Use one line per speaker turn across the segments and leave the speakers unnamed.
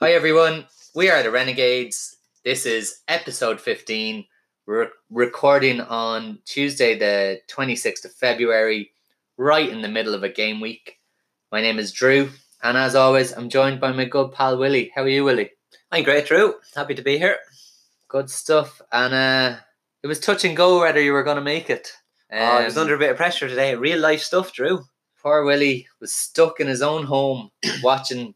Hi, everyone. We are the Renegades. This is episode 15. We're recording on Tuesday, the 26th of February, right in the middle of a game week. My name is Drew, and as always, I'm joined by my good pal Willie. How are you, Willie?
I'm great, Drew. Happy to be here.
Good stuff. And uh, it was touch and go whether you were going to make it.
oh, I was
Um,
under a bit of pressure today. Real life stuff, Drew.
Poor Willie was stuck in his own home watching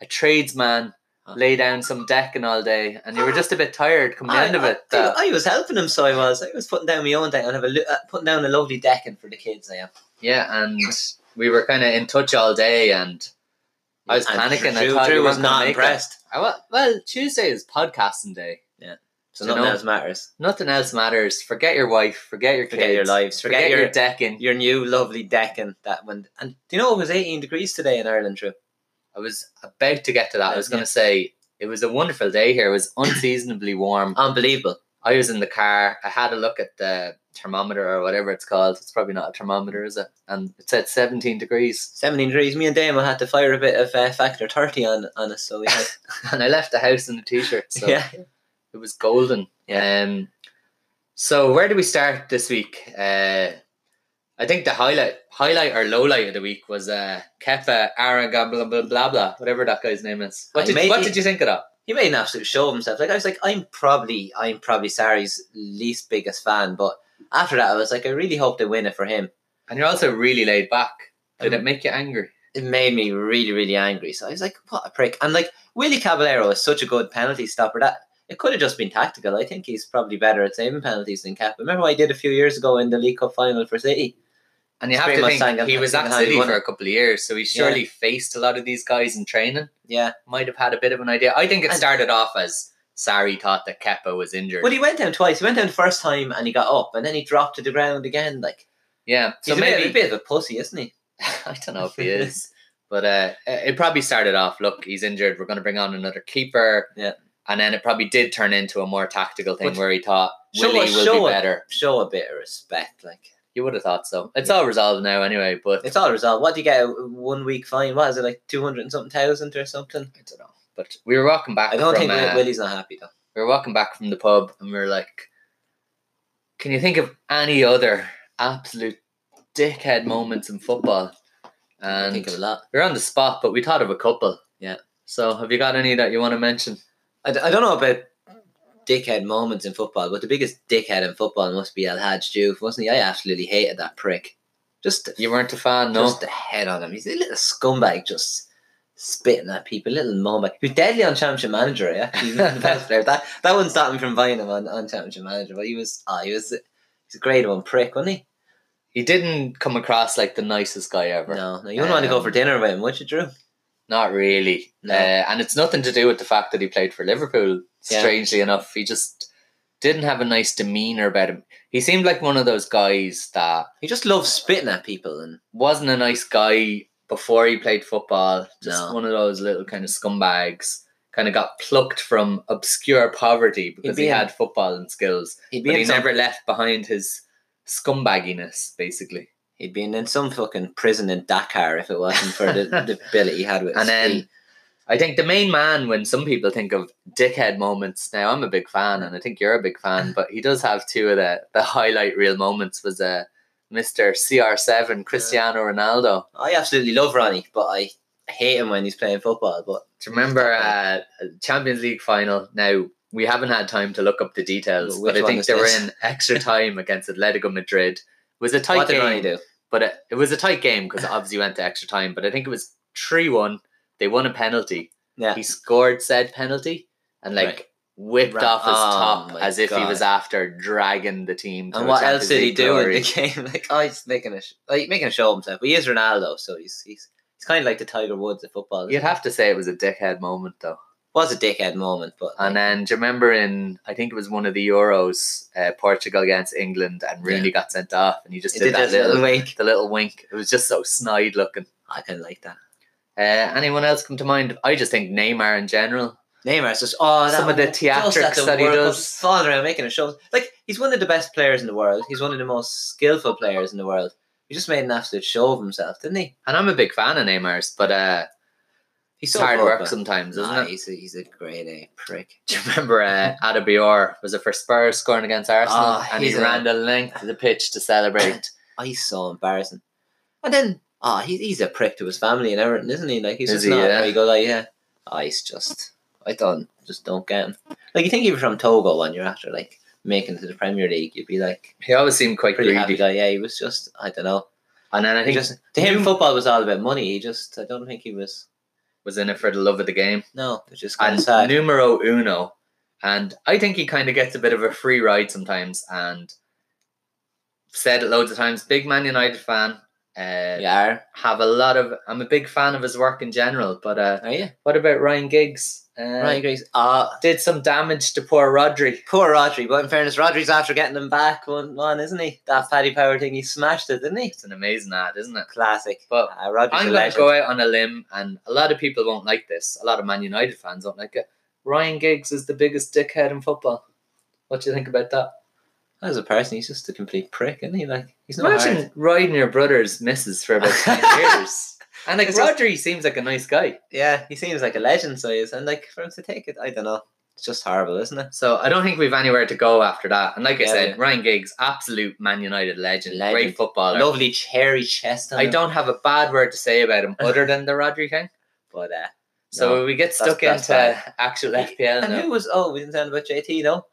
a tradesman lay down some decking all day, and you were just a bit tired come the end of it.
I,
that-
I was helping him, so I was. I was putting down my own deck and have a lo- uh, putting down a lovely decking for the kids. I am.
yeah, and we were kind of in touch all day, and I was
And
panicking. I
Drew,
thought we
Drew was
weren't gonna
not
make it.
impressed.
I, wa- well, Tuesday is podcasting day.
So
You
nothing
know?
else matters.
Nothing else matters. Forget your wife. Forget your kids.
Forget your lives.
Forget,
Forget, your,
your decking.
your new lovely decking that went. And do you know it was 18 degrees today in Ireland, Drew?
I was about to get to that. I was
Yeah.
going to say it was a wonderful day here. It was unseasonably warm.
Unbelievable.
I was in the car. I had a look at the thermometer or whatever it's called. It's probably not a thermometer, is it? And it said 17 degrees.
17 degrees. Me and Damon had to fire a bit of uh, factor 30 on, on us, so we had.
And I left the house in a t shirt. So
yeah.
it was golden.
Yeah.
Um, so where do we start this week? Uh, I think the highlight, highlight or low light of the week was uh, Kepa Araga blah blah blah blah whatever that guy's name is. What
I
did,
made
what
it-
did you think of that?
he made an absolute show of himself. Like I was like, I'm probably I'm probably Sari's least biggest fan, but after that I was like, I really hope they win it for him.
And you're also really laid back. Did
Um,
it make you angry?
It made me really, really angry. So I was like, what a prick. And like Willie Caballero is such a good penalty stopper that it could have just been tactical. I think he's probably better at saving penalties than Cap. Remember what I did a few years ago in the League Cup final for City?
And you
It's
have
very
to
much
think
Sangal-
he was at
Sangal
City
won
for
it.
a couple of years, so he surely faced a lot of these guys in training.
Yeah.
Might have had a bit of an idea. I think it
And-
started off as Sari thought that Kepa was injured.
But he went down twice. He went down the first time and he got up and then he dropped to the ground again. Like
yeah, so
he's a bit-
maybe
a bit of a pussy, isn't he?
I don't know if he is, but uh, it probably started off. Look, he's injured. We're going to bring on another keeper.
Yeah.
and then it probably did turn into a more tactical thing
But
where he thought
show
Willie
us-
will
show
be
us.
better.
Show a bit of respect, like
You would have thought so. It's all resolved now, anyway. But
It's all resolved. What do you get? a One week fine? What is it like? Two hundred and something thousand or something?
I don't know. But we were walking back.
I don't
from,
think
uh,
Will Willie's not happy though.
we were walking back from the pub and we were like, can you think of any other absolute dickhead moments in football?
I
And
think of a lot.
we're on the spot, but we thought of a couple.
Yeah.
So have you got any that you want to mention?
I, d- I don't know about dickhead moments in football, but the biggest dickhead in football must be El Hadj Diouf, wasn't he? I absolutely hated that prick. Just
You weren't a fan, no?
just the head on him. He's a little scumbag, just spitting at people. Little moment. He was deadly on Championship Manager. Yeah, He was the best player. That that wouldn't stop me from buying him on, on Championship Manager. But he was, oh, he was, he's a grade one prick, wasn't he?
he didn't come across like the nicest guy ever.
No, no, you wouldn't want to go for
Um,
dinner with him, would you, Drew?
Not really.
No.
Uh, and it's nothing to do with the fact that he played for Liverpool,
Yeah.
strangely enough. He just didn't have a nice demeanour about him. He seemed like one of those guys that
He just loves spitting at people, and
wasn't a nice guy before he played football. Just
No.
one of those little kind of scumbags. Kind of got plucked from obscure poverty because
be
he
in-
had football and skills,
he'd be
but
in
he
some,
never left behind his scumbagginess, basically.
he'd been in some fucking prison in Dakar if it wasn't for the, the ability he had with.
And
his
then
feet.
I think the main man, when some people think of dickhead moments, now I'm a big fan, and I think you're a big fan, but he does have two of the, the highlight real moments. Was uh, Mr. CR7 Cristiano Ronaldo.
I absolutely love Ronnie, but I hate him when he's playing football. But
Do you remember uh, Champions League final? Now we haven't had time to look up the details,
Which
but I
one
think
is
they were
this?
in extra time against Atletico Madrid. It was a tight
what did
game.
Ronnie do?
but it, it was a tight game because obviously went to extra time. But I think it was three one. They won a penalty.
Yeah.
he scored said penalty and like
Right.
whipped
Ra-
off his
Oh
top
my
as if he
God.
was after dragging the team. To
And
a
what
Champions
else did he
League
do
glory.
in the game? Like, oh, he's making a sh- like making a show of himself. But he is Ronaldo, so he's he's he's kind of like the Tiger Woods of football.
You'd
It
have to say it was a dickhead moment though.
was a dickhead moment, but
And then do you remember in I think it was one of the Euros, uh, Portugal against England, and Rooney got sent off, and he just
he
did,
did
that
this
little
little wink.
the little wink. It was just so snide looking.
I kind of like that.
Uh, anyone else come to mind? I just think Neymar in general.
Neymar's just oh, that
Some of the
just at
theatrics that he
World Cup,
does.
just falling around making a show. Like he's one of the best players in the world. He's one of the most skillful players in the world. He just made an absolute show of himself, didn't he?
And I'm a big fan of Neymar's, but uh, He's
so
hard
good,
work
but-
sometimes, isn't
Nah,
it?
he's a, he's a great A prick.
Do you remember uh, Adebayor was it for Spurs scoring against Arsenal
Ah,
and he
he's a-
ran the length of the pitch to celebrate?
Oh, he's so embarrassing. And then, ah, he, he's a prick to his family and everything, isn't he? Like he's
Is
just
he,
not
yeah?
a very good guy. Yeah, oh, he's just. I don't just don't get him. Like you think if you're from Togo and you're after like making it to the Premier League, you'd be like
he always seemed quite
pretty
greedy.
happy guy. Yeah, he was just I don't know.
And then I
He
think
just to him
you-
football was all about money. He just I don't think he was.
was in it for the love of the game.
No, it's just kind
and
of sad.
numero uno. And I think he kind of gets a bit of a free ride sometimes. And said it loads of times. Big Man United fan. Uh,
yeah,
Have a lot of. I'm a big fan of his work in general. But uh,
are you?
what about Ryan Giggs? Uh,
Ryan Grace. Ah,
did some damage to poor Rodri.
poor Rodri. But in fairness, Rodri's after getting him back one one, isn't he? That Paddy Power thing, he smashed it, didn't he?
It's an amazing ad, isn't it?
Classic.
But
Uh, Rodri's a
I'm going
legend.
to go out on a limb, and a lot of people won't like this. A lot of Man United fans won't like it. Ryan Giggs is the biggest dickhead in football. What do you think about that?
As a person, he's just a complete prick, isn't he? Like he's not
Imagine
hard.
riding your brother's missus for about 10 years. And like
It's just-
Rodri seems like a nice guy.
Yeah, he seems like a legend, so he is. And like for him to take it, I don't know. It's just horrible, isn't it?
So I don't think we've anywhere to go after that. And like I
Yeah,
said,
yeah.
Ryan Giggs, absolute Man United legend,
Legend.
great footballer.
Lovely cherry chest. On
I
him,
don't have a bad word to say about him other than the Rodri thing.
But uh,
So
No,
we get
that's-
stuck
that's
into
bad.
actual
He-
FPL
and who
now.
was? Oh, we didn't sound about JT though.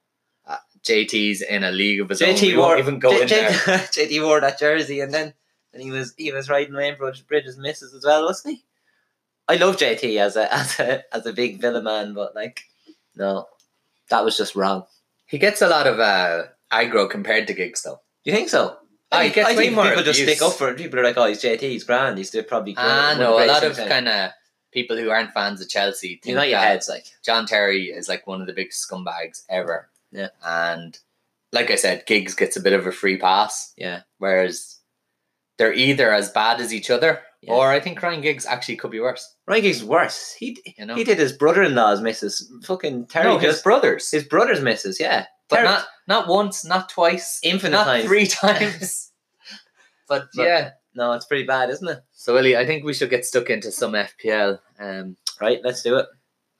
JT's in a league of his own.
JT
We won't
wore
even go
J-
in
J-
there.
JT wore that jersey, and then and he was he was riding Wayne Bridge, Bridges misses as well, wasn't he? I love JT as a as a as a big villa man, but like no, that was just wrong.
He gets a lot of uh, aggro compared to Giggs though.
Do you think so?
Oh, he gets
I
way
think
more
people just
abuse.
stick up for him. People are like, "Oh, he's JT, he's grand, he's doing probably." great,
I
one
know Ah, a
great
lot of
season."
kind of people who aren't fans of Chelsea think
you know your
that
heads like
John Terry is like one of the biggest scumbags ever.
Yeah.
And like I said, Giggs gets a bit of a free pass,
yeah.
whereas they're either as bad as each other,
Yeah.
or I think Ryan Giggs actually could be worse.
Ryan Giggs worse. He d-
You know?
he did his brother-in-law's misses. Fucking Terry
no, his
just
brothers.
his brother's misses. Yeah,
but
Terry-
not not once, not twice,
infinite
not
times.
three times. but,
But-
yeah.
No, it's pretty bad, isn't it?
So Willie, I think we should get stuck into some FPL. Um
Right, let's do it.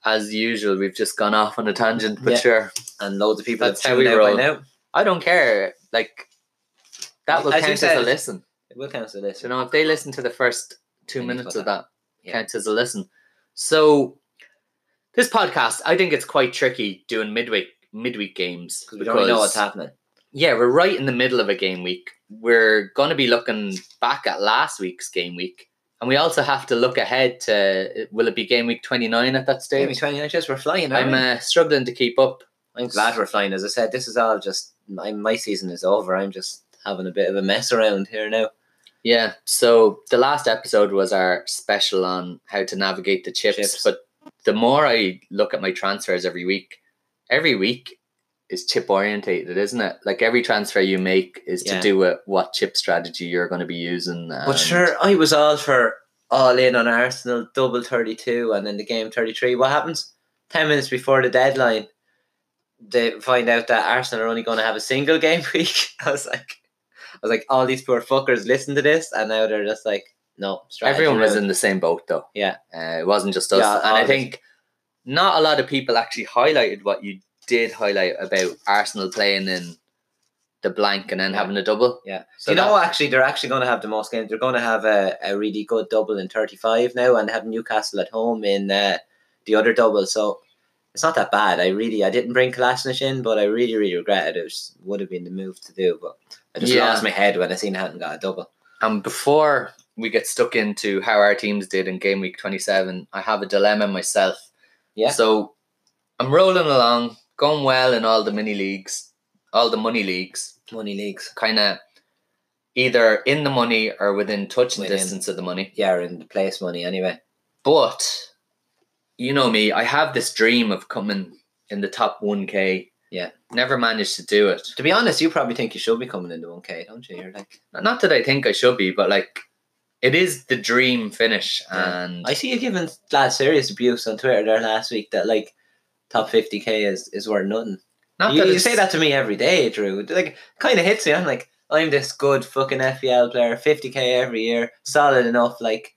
as usual, we've just gone off on a tangent, but
Yeah.
sure.
And loads of people
That's
have
how we
tuned out
roll.
by now.
I don't care. Like that will
As you
count as
said,
a listen.
It will cancel
So,
this.
You know, if they listen to the first two
Then you've
minutes
got
of that,
Yeah.
counts as a listen. So this podcast, I think it's quite tricky doing midweek midweek games
Because we don't really know what's
because,
happening.
Yeah, we're right in the middle of a game week. We're going to be looking back at last week's game week, and we also have to look ahead to will it be game week twenty nine at that
Jamie,
stage?
twenty NHS, we're flying. aren't
I'm
we?
uh, struggling to keep up.
I'm glad we're flying. As I said, this is all just my my season is over. I'm just having a bit of a mess around here now.
Yeah, so the last episode was our special on how to navigate the chips,
Chips.
but the more I look at my transfers every week, every week is chip orientated, isn't it? Like every transfer you make is to
Yeah.
do with what chip strategy you're going to be using.
But
and-
sure, I was all for all in on Arsenal, double 32, and then the game 33. What happens? 10 minutes before the deadline, they find out that Arsenal are only going to have a single game week. I was like, I was like, all these poor fuckers listen to this, and now they're just like, no, strategy
everyone was
ruined.
in the same boat though.
Yeah.
uh, it wasn't just us,
Yeah,
and I
obviously.
think not a lot of people actually highlighted what you did highlight about Arsenal playing in the blank and then
Yeah.
having a double.
Yeah.
so
you know,
that-
what, actually, they're actually going to have the most games. They're going to have a, a really good double in 35 now, and have Newcastle at home in uh, the other double. So it's not that bad. I really, I didn't bring Kalashnikov in, but I really, really regret it. It was, would have been the move to do, but I just
Yeah.
lost my head when I seen Hatton got a double.
And Um, before we get stuck into how our teams did in game week 27, I have a dilemma myself.
Yeah.
So I'm rolling along, going well in all the mini leagues, all the money leagues,
Money leagues.
kind of either in the money or within touching
Within.
distance of the money.
Yeah, and the place money anyway.
But you know me, I have this dream of coming in the top 1K.
Yeah.
Never managed to do it.
To be honest, you probably think you should be coming into 1K, don't you? You're like,
Not that I think I should be, but like it is the dream finish.
Yeah.
And
I see you giving lad serious abuse on Twitter there last week that like top 50K is, is worth nothing.
not
you,
that
you
it's-
say that to me every day, Drew. Like, kind of hits me. I'm like, I'm this good fucking FPL player, 50k every year, solid enough. Like,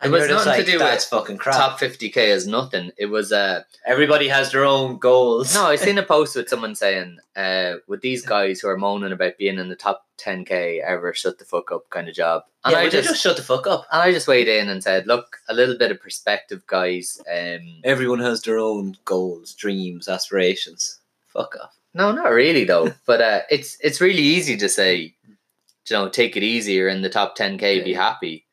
It
And
was
you're just
nothing to do
like, that's fucking crap.
Top 50k is nothing. It was uh
Everybody has their own goals.
no, I seen a post with someone saying, uh, with these guys who are moaning about being in the top 10k ever shut the fuck up kind of job. And
yeah,
I
would you
just,
just shut the fuck up.
and I just weighed in and said, look, a little bit of perspective, guys. Um,
Everyone has their own goals, dreams, aspirations. Fuck off.
No, not really though. but uh, it's it's really easy to say, you know, take it easy or in the top ten k, be
Yeah.
happy.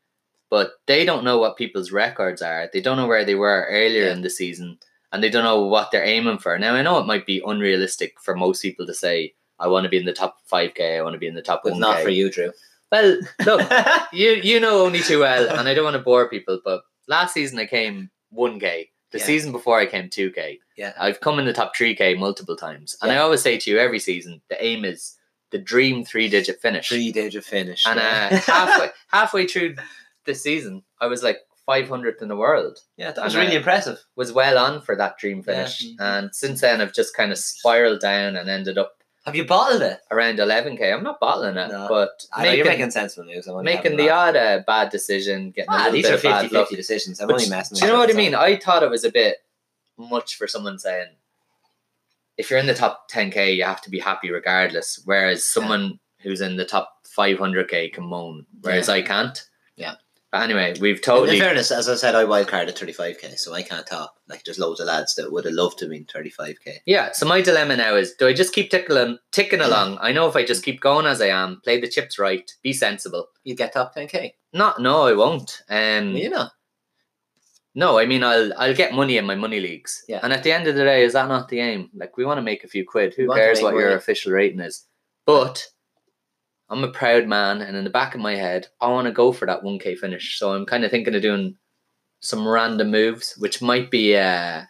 But they don't know what people's records are. They don't know where they were earlier
Yeah.
in the season, and they don't know what they're aiming for. Now I know it might be unrealistic for most people to say, "I want to be in the top five k. I want to be in the top
But
one
not for
k."
you, Drew.
Well, look, you you know only too well, and I don't want to bore people, but last season I came one k. The
Yeah.
season before I came two k.
Yeah.
I've come in the top three k multiple times, and I always say to you every season, the aim is the dream three digit finish.
Three digit finish.
and
yeah.
uh, halfway halfway through the season, I was like five hundredth in the world.
yeah, that was
and, uh,
really impressive.
Was well on for that dream
Yeah. mm-hmm.
finish, and since then I've just kind of spiraled down and ended up
Have you bottled it?
around eleven k. I'm not bottling it,
No.
but
I know
making,
you're making sensible news. I'm only
making
having
the
a laugh.
odd uh, bad decision, getting a
Ah,
little
these
bit
are
of bad
50
luck.
50 decisions. I'm
But
only
do-
messing with
Do you know what I
myself.
mean? I thought it was a bit much for someone saying, if you're in the top 10k, you have to be happy regardless. Whereas someone who's in the top 500k can moan, whereas
Yeah.
I can't.
Yeah.
But anyway, we've
In
totally.
fairness, as I said, I wildcarded 35k, so I can't top. Like, there's loads of lads that would have loved to be in 35k.
Yeah, so my dilemma now is do I just keep tickling, ticking
Yeah.
along? I know if I just keep going as I am, play the chips right, be sensible.
You'd get top 10k.
Not, no, I won't. Um,
You know.
No, I mean I'll I'll get money in my money leagues.
Yeah.
And at the end of the day, is that not the aim? Like we want to make a few quid.
We
Who
want to
cares
make
what your
money.
official rating is? But I'm a proud man, and in the back of my head, I want to go for that one k finish. So I'm kind of thinking of doing some random moves, which might be uh,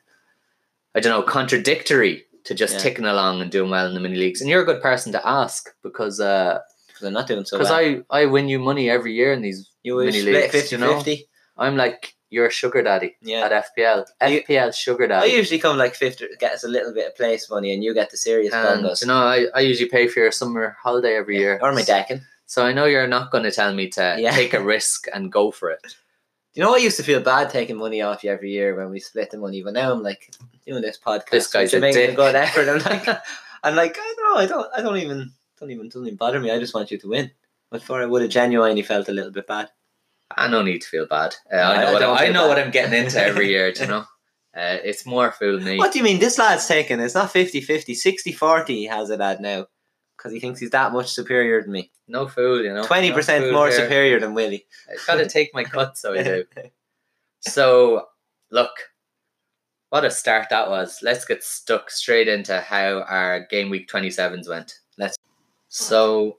I don't know, contradictory to just
Yeah.
ticking along and doing well in the mini leagues. And you're a good person to ask because uh,
Because I'm not doing so
because
well.
I I win you money every year in these.
you would
mini
split
leagues,
50
you know?
50.
I'm like your sugar daddy
Yeah.
at FPL.
You-
FPL sugar
I
daddy.
usually come like 50, get us a little bit of place money, and you get the serious
And
bongos.
you know, I, I usually pay for your summer holiday every year.
Or my decking.
So I know you're not going to tell me to
Yeah.
take a risk and go for it.
You know, I used to feel bad taking money off you every year when we split the money, but now I'm like doing this podcast.
This guy's
which I'm
a
making
dick.
good effort. I'm like, I'm like, I don't know, I don't, I don't even, don't even, doesn't even bother me. I just want you to win. But for I would have genuinely felt a little bit bad.
I no need to feel bad. Uh,
No,
I know,
I
what,
don't
I
feel
know what
bad.
I'm getting into every year, do you know? Uh, it's more fool me.
What do you mean? This lad's taking it's not 50-50, 60-40 He has it at now because he thinks he's that much superior than me.
No fool, you know.
Twenty
No
percent
fool
more
here.
superior than Willie.
I gotta take my cut, so I do. So, look, what a start that was. Let's get stuck straight into how our game week 27s went.
Let's-
So,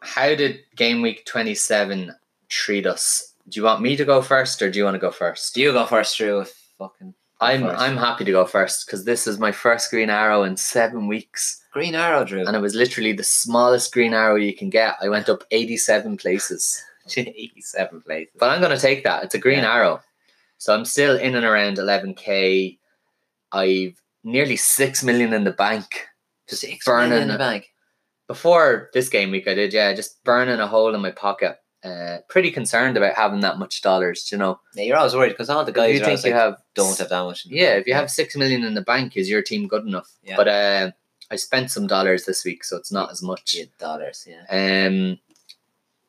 how did game week 27 treat us? Do you want me to go first or do you want to go first?
Do you go first, Drew? if Fucking
I'm
first.
I'm happy to go first because this is my first green arrow in 7 weeks
Green Arrow, Drew.
and it was literally the smallest green arrow you can get. I went up 87 places.
Eighty-seven places.
But I'm going to take that. It's a green
Yeah.
arrow. So I'm still in and around 11K. I've nearly 6 million in the bank. Just
Six million
burning.
in the bank.
Before this game week, I did, yeah, just burning a hole in my pocket. Uh, pretty concerned about having that much dollars, you know.
Yeah, you're always worried because all the
If
guys
you
are
think
always
you
like,
have
don't have that much. in the
Yeah,
bank."
if you have 6 million in the bank, is your team good enough?
Yeah.
But uh, I spent some dollars this week, so it's not as much.
Yeah, dollars, yeah.
Um,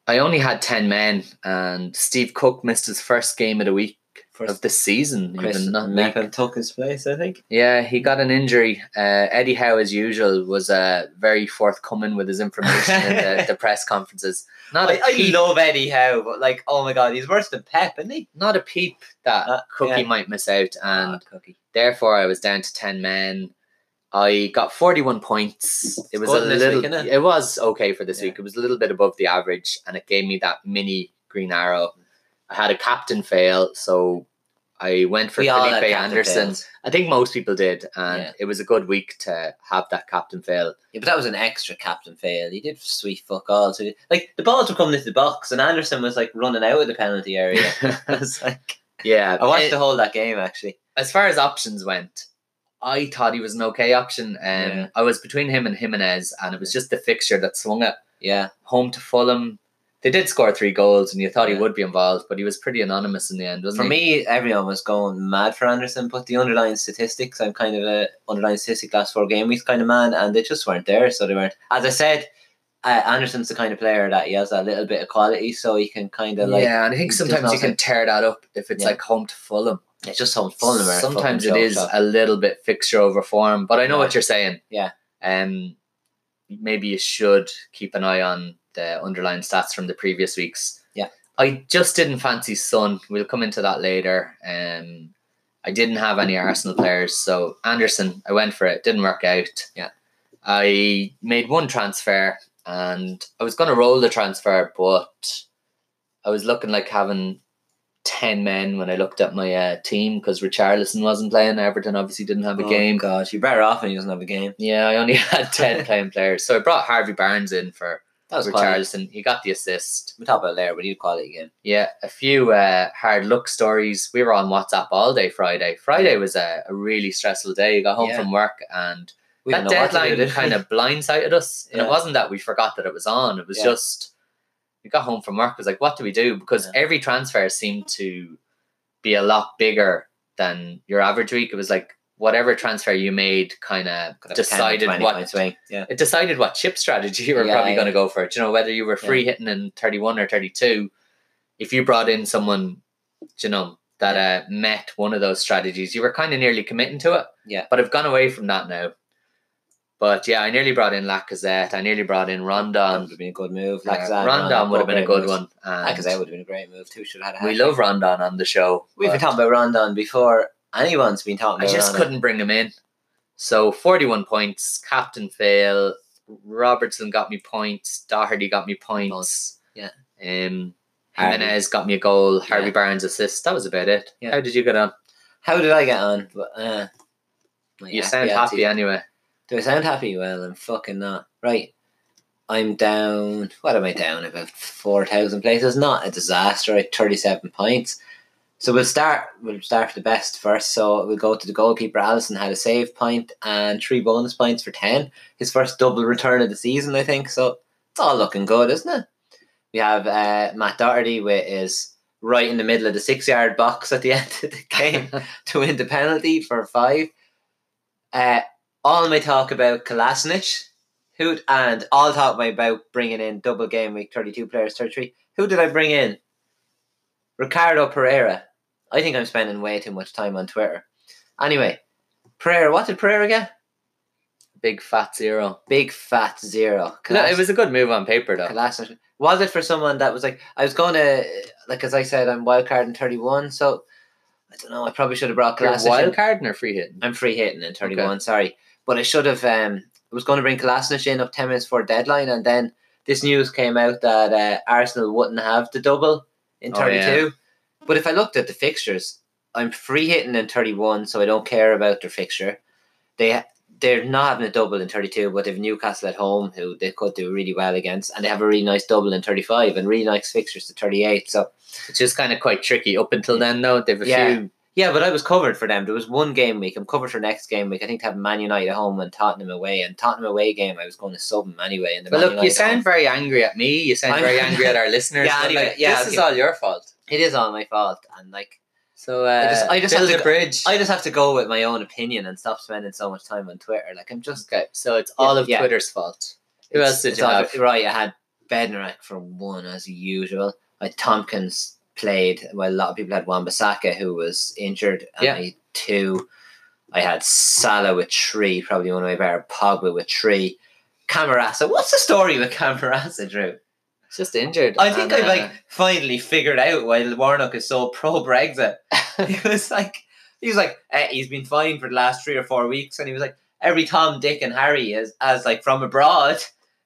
I only had 10 men, and Steve Cook missed his first game of the week. of the season.
Chris
Even, not week.
Meppen took his place, I think.
Yeah, he got an injury. Uh, Eddie Howe, as usual, was uh, very forthcoming with his information in the, the press conferences. Not a
I, I
peep,
love Eddie Howe, but like, oh my god, he's worse than Pep, isn't he?
not a peep that
Uh,
Cookie
yeah.
might miss out, and
Ah, cookie.
therefore I was down to ten men. I got forty-one points. It was a
good this week,
little.
innit?
it was okay for this
Yeah.
week. It was a little bit above the average, and it gave me that mini green arrow. I had a captain fail, so I went for
We all had
Felipe
captain
Anderson.
fails.
I think most people did, and
Yeah.
it was a good week to have that captain fail.
Yeah, but that was an extra captain fail. He did sweet fuck all. So he- like the balls were coming into the box, and Anderson was like running out of the penalty area. I was like,
yeah,
I watched
it-
the whole of that game actually.
as far as options went. I thought he was an okay option. Um,
Yeah.
I was between him and Jimenez, and it was just the fixture that swung it.
Yeah,
Home to Fulham, They did score three goals, and you thought he
Yeah.
would be involved, but he was pretty anonymous in the end, wasn't
For
he?
me, everyone was going mad for Anderson, but the underlying statistics, I'm kind of a underlying statistic last four game weeks kind of man, and they just weren't there. So they weren't. As I said, uh, Anderson's the kind of player that he has a little bit of quality, so he can kind of like
yeah, and I think
There's
sometimes you can
nothing.
tear that up if it's
Yeah.
like home to Fulham.
it's just so fun. where
Sometimes it
fucking
is
show off.
a little bit fixture over form, but I know what
Yeah.
you're saying.
Yeah.
Um, maybe you should keep an eye on the underlying stats from the previous weeks.
Yeah.
I just didn't fancy Son. We'll come into that later. Um, I didn't have any Arsenal players, so Anderson, I went for it. Didn't work out.
Yeah.
I made one transfer, and I was going to roll the transfer, but I was looking like having 10 men when I looked at my uh, team because Richarlison wasn't playing. Everton obviously didn't have a
Oh,
game.
God, you're better off when he doesn't have a game.
Yeah, I only had 10 playing players. So I brought Harvey Barnes in for
That was quality.
Richarlison. He got the assist.
We talk about it later, but he'd quality game.
Yeah, a few uh, hard luck stories. We were on WhatsApp all day Friday. Friday was a, a really stressful day. You got home
Yeah.
from work and
We
that
didn't know what to do,
deadline
did we?
kind of blindsided us. And it
Yeah.
wasn't that we forgot that it was on. It was
Yeah.
just we got home from work. It was like, what do we do? Because
Yeah.
every transfer seemed to be a lot bigger than your average week. It was like whatever transfer you made kind of
Could have 10,
decided
20
what
point swing. Yeah.
it decided what chip strategy you were
Yeah,
probably
yeah.
going to go for. Do you know whether you were
Yeah.
free hitting in thirty one or thirty two? If you brought in someone, do you know that uh, met one of those strategies, you were kind of nearly committing to it.
Yeah.
but I've gone away from that now. But yeah, I nearly brought in Lacazette. I nearly brought in
That
Rondon.
would have been a good move.
Yeah,
Lacazette,
um, Rondon would have been a
both
good
great moves.
one. and
Lacazette would have been a great move too. Should have had. a
we
hat-trick.
love Rondon on the show.
We've
but-
been talking about Rondon before anyone's been talking
I
about
just
Rondon.
couldn't bring him in. So 41 points, captain fail. Robertson got me points. Doherty got me points.
Yeah.
Um,
Harvey.
Jimenez got me a goal. Harvey
Yeah.
Barnes assist. That was about it.
Yeah.
How did you get on?
How did I get on? But, uh, my
You
happy
sound happy
attitude.
anyway.
Do I sound happy? Well, I'm fucking not. Right. I'm down. What am I down? About 4,000 places. Not a disaster. At 37 points. So we'll start. We'll start for the best first. So we'll go to the goalkeeper. Allison had a save point and three bonus points for ten. His first double return of the season, I think. So it's all looking good, isn't it? We have uh, Matt Doherty, which is right in the middle of the six-yard box at the end of the game to win the penalty for five. Uh, all my talk about Kolasinac, who and all talk my about bringing in double game week thirty two players thirty three. Who did I bring in? Ricardo Pereira. I think I'm spending way too much time on Twitter. Anyway, Pereira, what did Pereira get?
Big fat zero.
Big fat zero.
No, it was a good move on paper though.
Kolasinac. Was it for someone that was like I was going to like as I said I'm wildcard in thirty one, so I don't know. I probably should have brought
You're
Kolasinac. in.
wild carding or free hitting?
I'm free hitting in 31, sorry. But I should have um I was going to bring Kolasinac in up 10 minutes before deadline and then this news came out that uh, Arsenal wouldn't have the double in
Oh, yeah.
32. But if I looked at the fixtures, I'm free hitting in 31 so I don't care about their fixture. They they're not having a double in 32, but they've Newcastle at home who they could do really well against and they have a really nice double in 35 and really nice fixtures to 38. So
It's just kind of quite tricky. Up until then though, they've a
Yeah.
few.
yeah, but I was covered for them. There was one game week. I'm covered for next game week. I think they have Man United at home and Tottenham away. And Tottenham away game, I was going to sub them anyway. And the
But
Man
look, you
United at home-
sound very angry at me. You sound
I'm-
very angry at our listeners.
Yeah,
but,
anyway,
like,
yeah,
this is
okay.
all your fault.
It is all my fault. And like,
So uh,
I just- I just
build
have
a
to go-
bridge.
I just have to go with my own opinion and stop spending so much time on Twitter. Like, I'm just
okay, so it's all
Yeah,
of
yeah.
Twitter's fault. Who
It's-
else did
it's
you
all-
have?
Right, I had Bednarik for one as usual. I Tompkins played. Well, a lot of people had Wan Bissaka who was injured. And
Yeah.
I had two. I had Salah with three, probably one of my better. Pogba with three. Camarasa. What's the story with Camarasa, Drew?
It's just injured. uh,
I think
and,
I like finally figured out why Warnock is so pro Brexit. he was like, he was like, eh, he's been fined for the last three or four weeks, and he was like, every Tom, Dick, and Harry is as like from abroad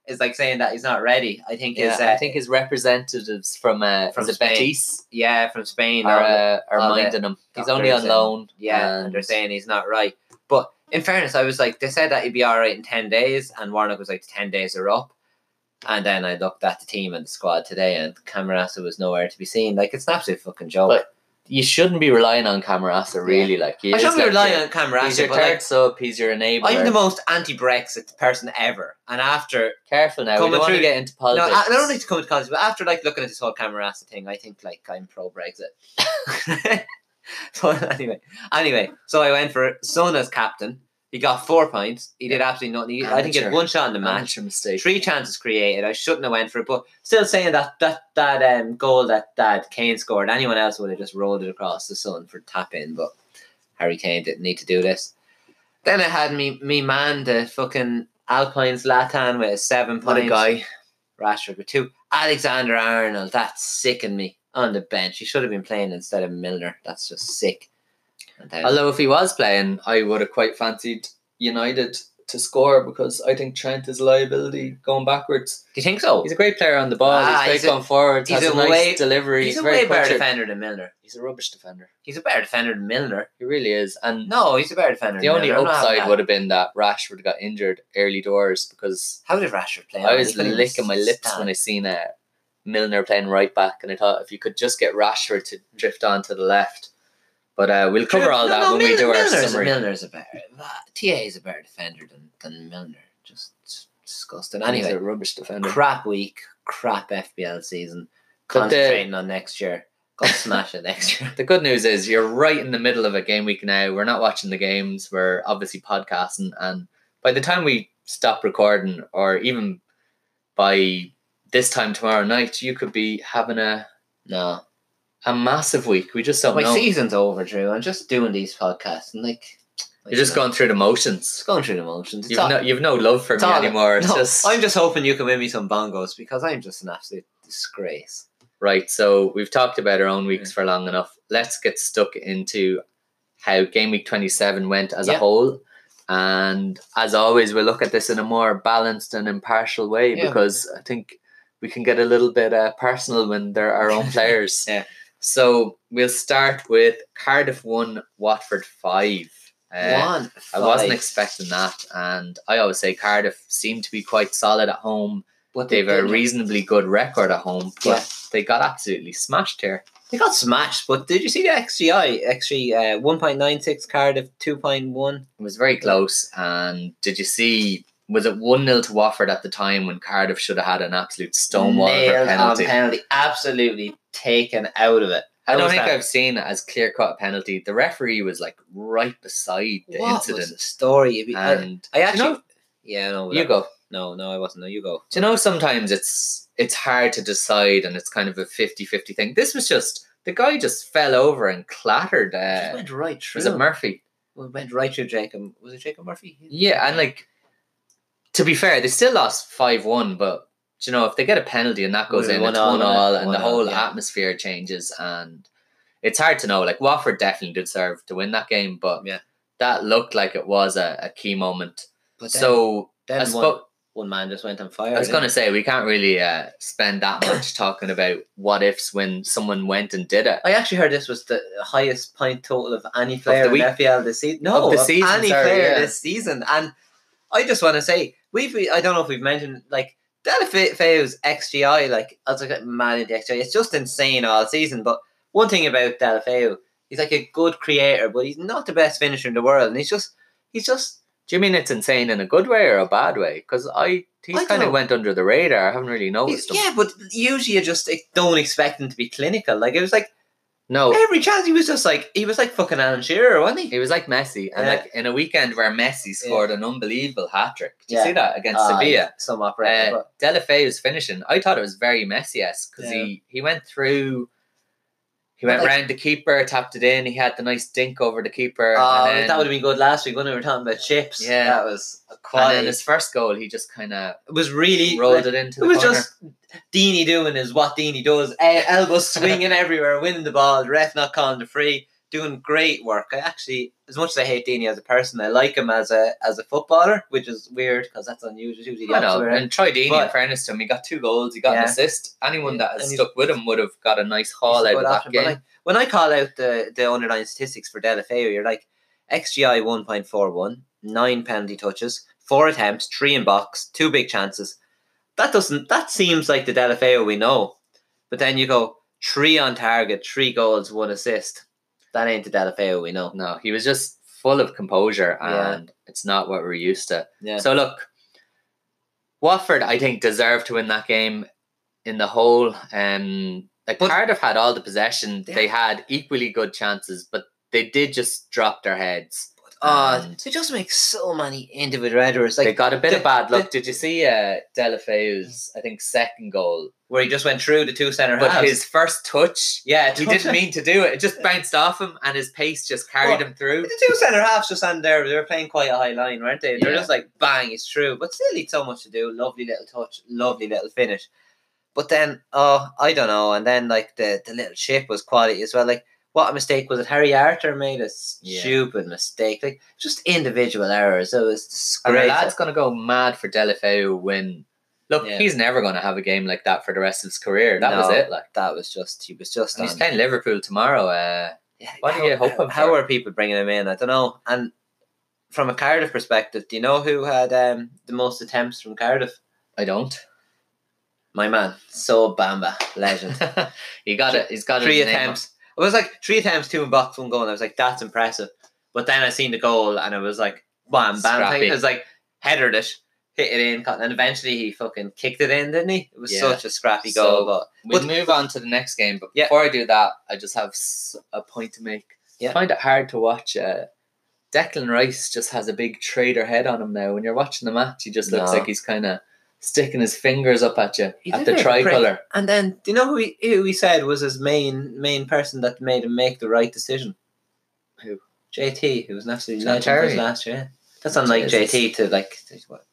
is like saying that he's not ready. I think
yeah,
is uh,
I think his representatives from uh,
from
from the
Spain
Betis
yeah from Spain
are
or
uh, are
all the
minding him. He's only on
doctors and-
loan.
yeah, and
and
they're saying he's not right. But in fairness, I was like, they said that he'd be all right in ten days, and Warnock was like, ten days are up. And then I looked at the team and the squad today, and Camarasa was nowhere to be seen. Like it's an absolute fucking joke.
But you shouldn't be relying on Camarasa, really. Like, he
I
is
shouldn't be
like
relying
your-
on Cameron.
He's your
but
third
like,
sub. He's your enabler.
I'm the most anti-Brexit person ever, and after
Careful now. We
Coming
don't want to
through-
get into
no,
politics.
I, I don't need to come to college, but after like looking at this whole Camarasa thing, I think like I'm pro Brexit. so anyway, anyway, so I went for Son as captain. He got four points. He did absolutely nothing. He, I think he had
Amateur.
one shot in the match.
Amateur mistake.
Three chances created. I shouldn't have went for it, but still saying that that that um goal that that Kane scored, anyone else would have just rolled it across the sun for tap in. But Harry Kane didn't need to do this. Then I had me me man the fucking Alpines Latan with a seven
What a
point
guy.
Rashford with two. Alexander Arnold, that sickened me on the bench. He should have been playing instead of Milner. That's just sick. And then-
Although if he was playing, I would have quite fancied United to score because I think Trent is a liability going backwards.
do you think so?
He's a great player on the ball.
Ah,
he's great
he's a-
going forward.
he's
has a,
a
nice
way-
delivery.
He's a
very
way better
punchy.
defender than Milner.
He's a rubbish defender.
He's a better defender than Milner.
He really is. And
No, he's a better defender.
the
than
only
Milner. I'm not having
upside
that.
would have been that Rashford got injured early doors because
How did Rashford play?
I was licking my lips when I seen uh, Milner playing right back, and I thought if you could just get Rashford to drift on to the left. But uh, we'll cover all that when we do our
Milner's,
summary.
Milner's a better. TA is a better defender than, than Milner. Just disgusting.
He's
Anyway,
a rubbish defender.
crap week, crap FBL season.
But uh, the-
Concentrating on next year. Go smash it next year.
The good news is you're right in the middle of a game week now. We're not watching the games. We're obviously podcasting, and by the time we stop recording, or even by this time tomorrow night, you could be having a
No,
a massive week. We just don't
my
know.
season's over, Drew. I'm just doing these podcasts and like I
You're just
don't know.
going through the motions.
Just going through the motions. It's
You've
all-
no, you've no love for
it's
me
all-
anymore. It's
no,
just
I'm just hoping you can win me some bongos because I'm just an absolute disgrace.
right. So we've talked about our own weeks for long enough. Let's get stuck into how game week 27 went as a
Yeah.
whole. And as always, we'll look at this in a more balanced and impartial way
Yeah.
because I think we can get a little bit uh, personal when they're our own players.
Yeah.
So we'll start with Cardiff 1, Watford 5. Uh,
One,
I wasn't
five.
expecting that. And I always say Cardiff seemed to be quite solid at home.
But
They've a
didn't.
reasonably good record at home, but
Yeah.
they got absolutely smashed here.
They got smashed, but did you see the XGI? Actually, uh, 1.96 Cardiff, 2.1.
It was very close. And did you see, was it 1 0 to Watford at the time when Cardiff should have had an absolute stonewall for a
Nailed on
penalty?
penalty. Absolutely taken out of it.
I
How
don't
was
think
that?
I've seen as clear cut a penalty. The referee was like right beside the
What was
incident.
the uh, story? If you- I-
And
I, actually.
you know-
yeah, no,
you go.
No, no, I wasn't. No, you go.
Do you know sometimes it's it's hard to decide and it's kind of a 50-50 thing. This was just the guy just fell over and clattered
Just
uh
went right through.
was it
him.
Murphy?
Well, went right through Jacob. Was it Jacob Murphy?
Yeah, and like to be fair, they still lost five one, but do you know, if they get a penalty and that goes
Would've
in,
been
it's
one all,
one all and
one
the
all,
whole
yeah.
atmosphere changes and it's hard to know. Like Watford definitely deserved to win that game, but
Yeah.
that looked like it was a, a key moment.
But then,
so
then
I
one,
suppose
one man just went on fire.
I was
didn't
going to say we can't really uh, spend that much talking about what ifs when someone went and did it.
he? I actually heard this was the highest point total of any
the
player
week?
in FPL this season. No,
Of the season,
any
sorry,
player
yeah.
this season. And I just want to say we've we- I don't know if we've mentioned like Delafayo's XGI. Like I was like man in the XGI. It's just insane all season. But one thing about Delafayo, he's like a good creator, but he's not the best finisher in the world. And he's just he's just
Do you mean it's insane in a good way or a bad way? Because I
I
he's
don't
kind
know.
of went under the radar. I haven't really
he's-
noticed him.
yeah. But usually you just like, don't expect him to be clinical. Like it was like
No,
every chance he was just like he was like fucking Alan Shearer, wasn't he?
Oh. he was like Messi, and
Yeah.
like in a weekend where Messi scored an unbelievable hat trick. Do you
Yeah.
see that against
Ah,
Sevilla?
some
Uh,
operator. but-
Delafeu's finishing, I thought it was very Messi esque because
Yeah.
he he went through. He
But
went
like-
round the keeper, tapped it in. He had the nice dink over the keeper.
Oh,
and then,
that would have been good last week when we were talking about chips.
Yeah.
that was a
and
quality.
then his first goal, he just kind of
it was really
rolled
like,
it into the
It was
corner.
just Deeney doing is what Deeney does. Eh, elbows swinging everywhere, winning the ball. The ref not calling the free, doing great work. I actually, as much as I hate Deeney as a person, I like him as a as a footballer, which is weird because that's unusual. It's Usually, the
I
opposite
know,
way around.
and Troy Deeney, in
But-
fairness to him, he got two goals, he got an
Yeah.
assist. Anyone
Yeah,
that has
and he's-
stuck with him would have got a nice haul
He's
out
a
of
good
that
option, but,
game.
like, when I call out the, the underlying statistics for Delafeu, you're like XGI 1.41, nine penalty touches, four attempts, three in box, two big chances. That doesn't that seems like the Delafeu we know. But then you go, three on target, three goals, one assist. That ain't the Delafeo we know.
No, he was just full of composure,
Yeah.
and it's not what we're used to.
Yeah.
So look, Watford, I think deserved to win that game in the whole. Um, like
But-
Cardiff had all the possession;
Yeah.
they had equally good chances, but they did just drop their heads.
Ah,
And-
they just make so many individual errors.
they
Like
got a bit
the-
of bad
the-
luck. Did you see uh, Delafeu's? I think second goal,
where he just went through the two centre
but
halves.
his first touch.
yeah,
He
touch-
didn't mean to do it. It just bounced off him, and his pace just carried
Well,
him through.
The two centre halves just on there. They were playing quite a high line, weren't they? They're
Yeah.
just like bang, it's true. But still, it's so much to do. Lovely little touch, lovely little finish. But then, oh, I don't know. And then like the the little chip was quality as well. Like what a mistake was it? Harry Arter made a
Yeah.
stupid mistake. Like just individual errors. It was
And the
disgraceful.
lad's gonna go mad for Delafeu when look,
Yeah.
he's never gonna have a game like that for the rest of his career. That was
No.
it. Like
that was just he was just.
and he's
on-
playing Liverpool tomorrow. Uh
Yeah,
What do
how-
you hope
how,
of
how
her?
are people bringing him in? I don't know. And from a Cardiff perspective, do you know who had um, the most attempts from Cardiff?
I don't.
My man, So Bamba, legend.
he got it he's got it
three
in his name.
attempts. It was like three attempts, two in box, one goal. And I was like, that's impressive. But then I seen the goal, and it was like, bam, bam.
Scrappy.
It was like headered it, hit it in, caught- and eventually he fucking kicked it in, didn't he? It was
Yeah.
such a scrappy
So-
goal, but
We'll
But-
move on to the next game, but
Yeah.
before I do that, I just have s- a point to make.
Yeah.
I find it hard to watch uh Declan Rice just has a big trader head on him now. When you're watching the match, he just looks
No.
like he's kind of sticking his fingers up at you
He's a
at the
bit of a prick.
tricolour.
and then do you know who he, who he said was his main main person that made him make the right decision?
Who?
JT, who was an absolute
John
legend for us
Terry.
last year. That's unlike
Jesus.
JT to like. to what?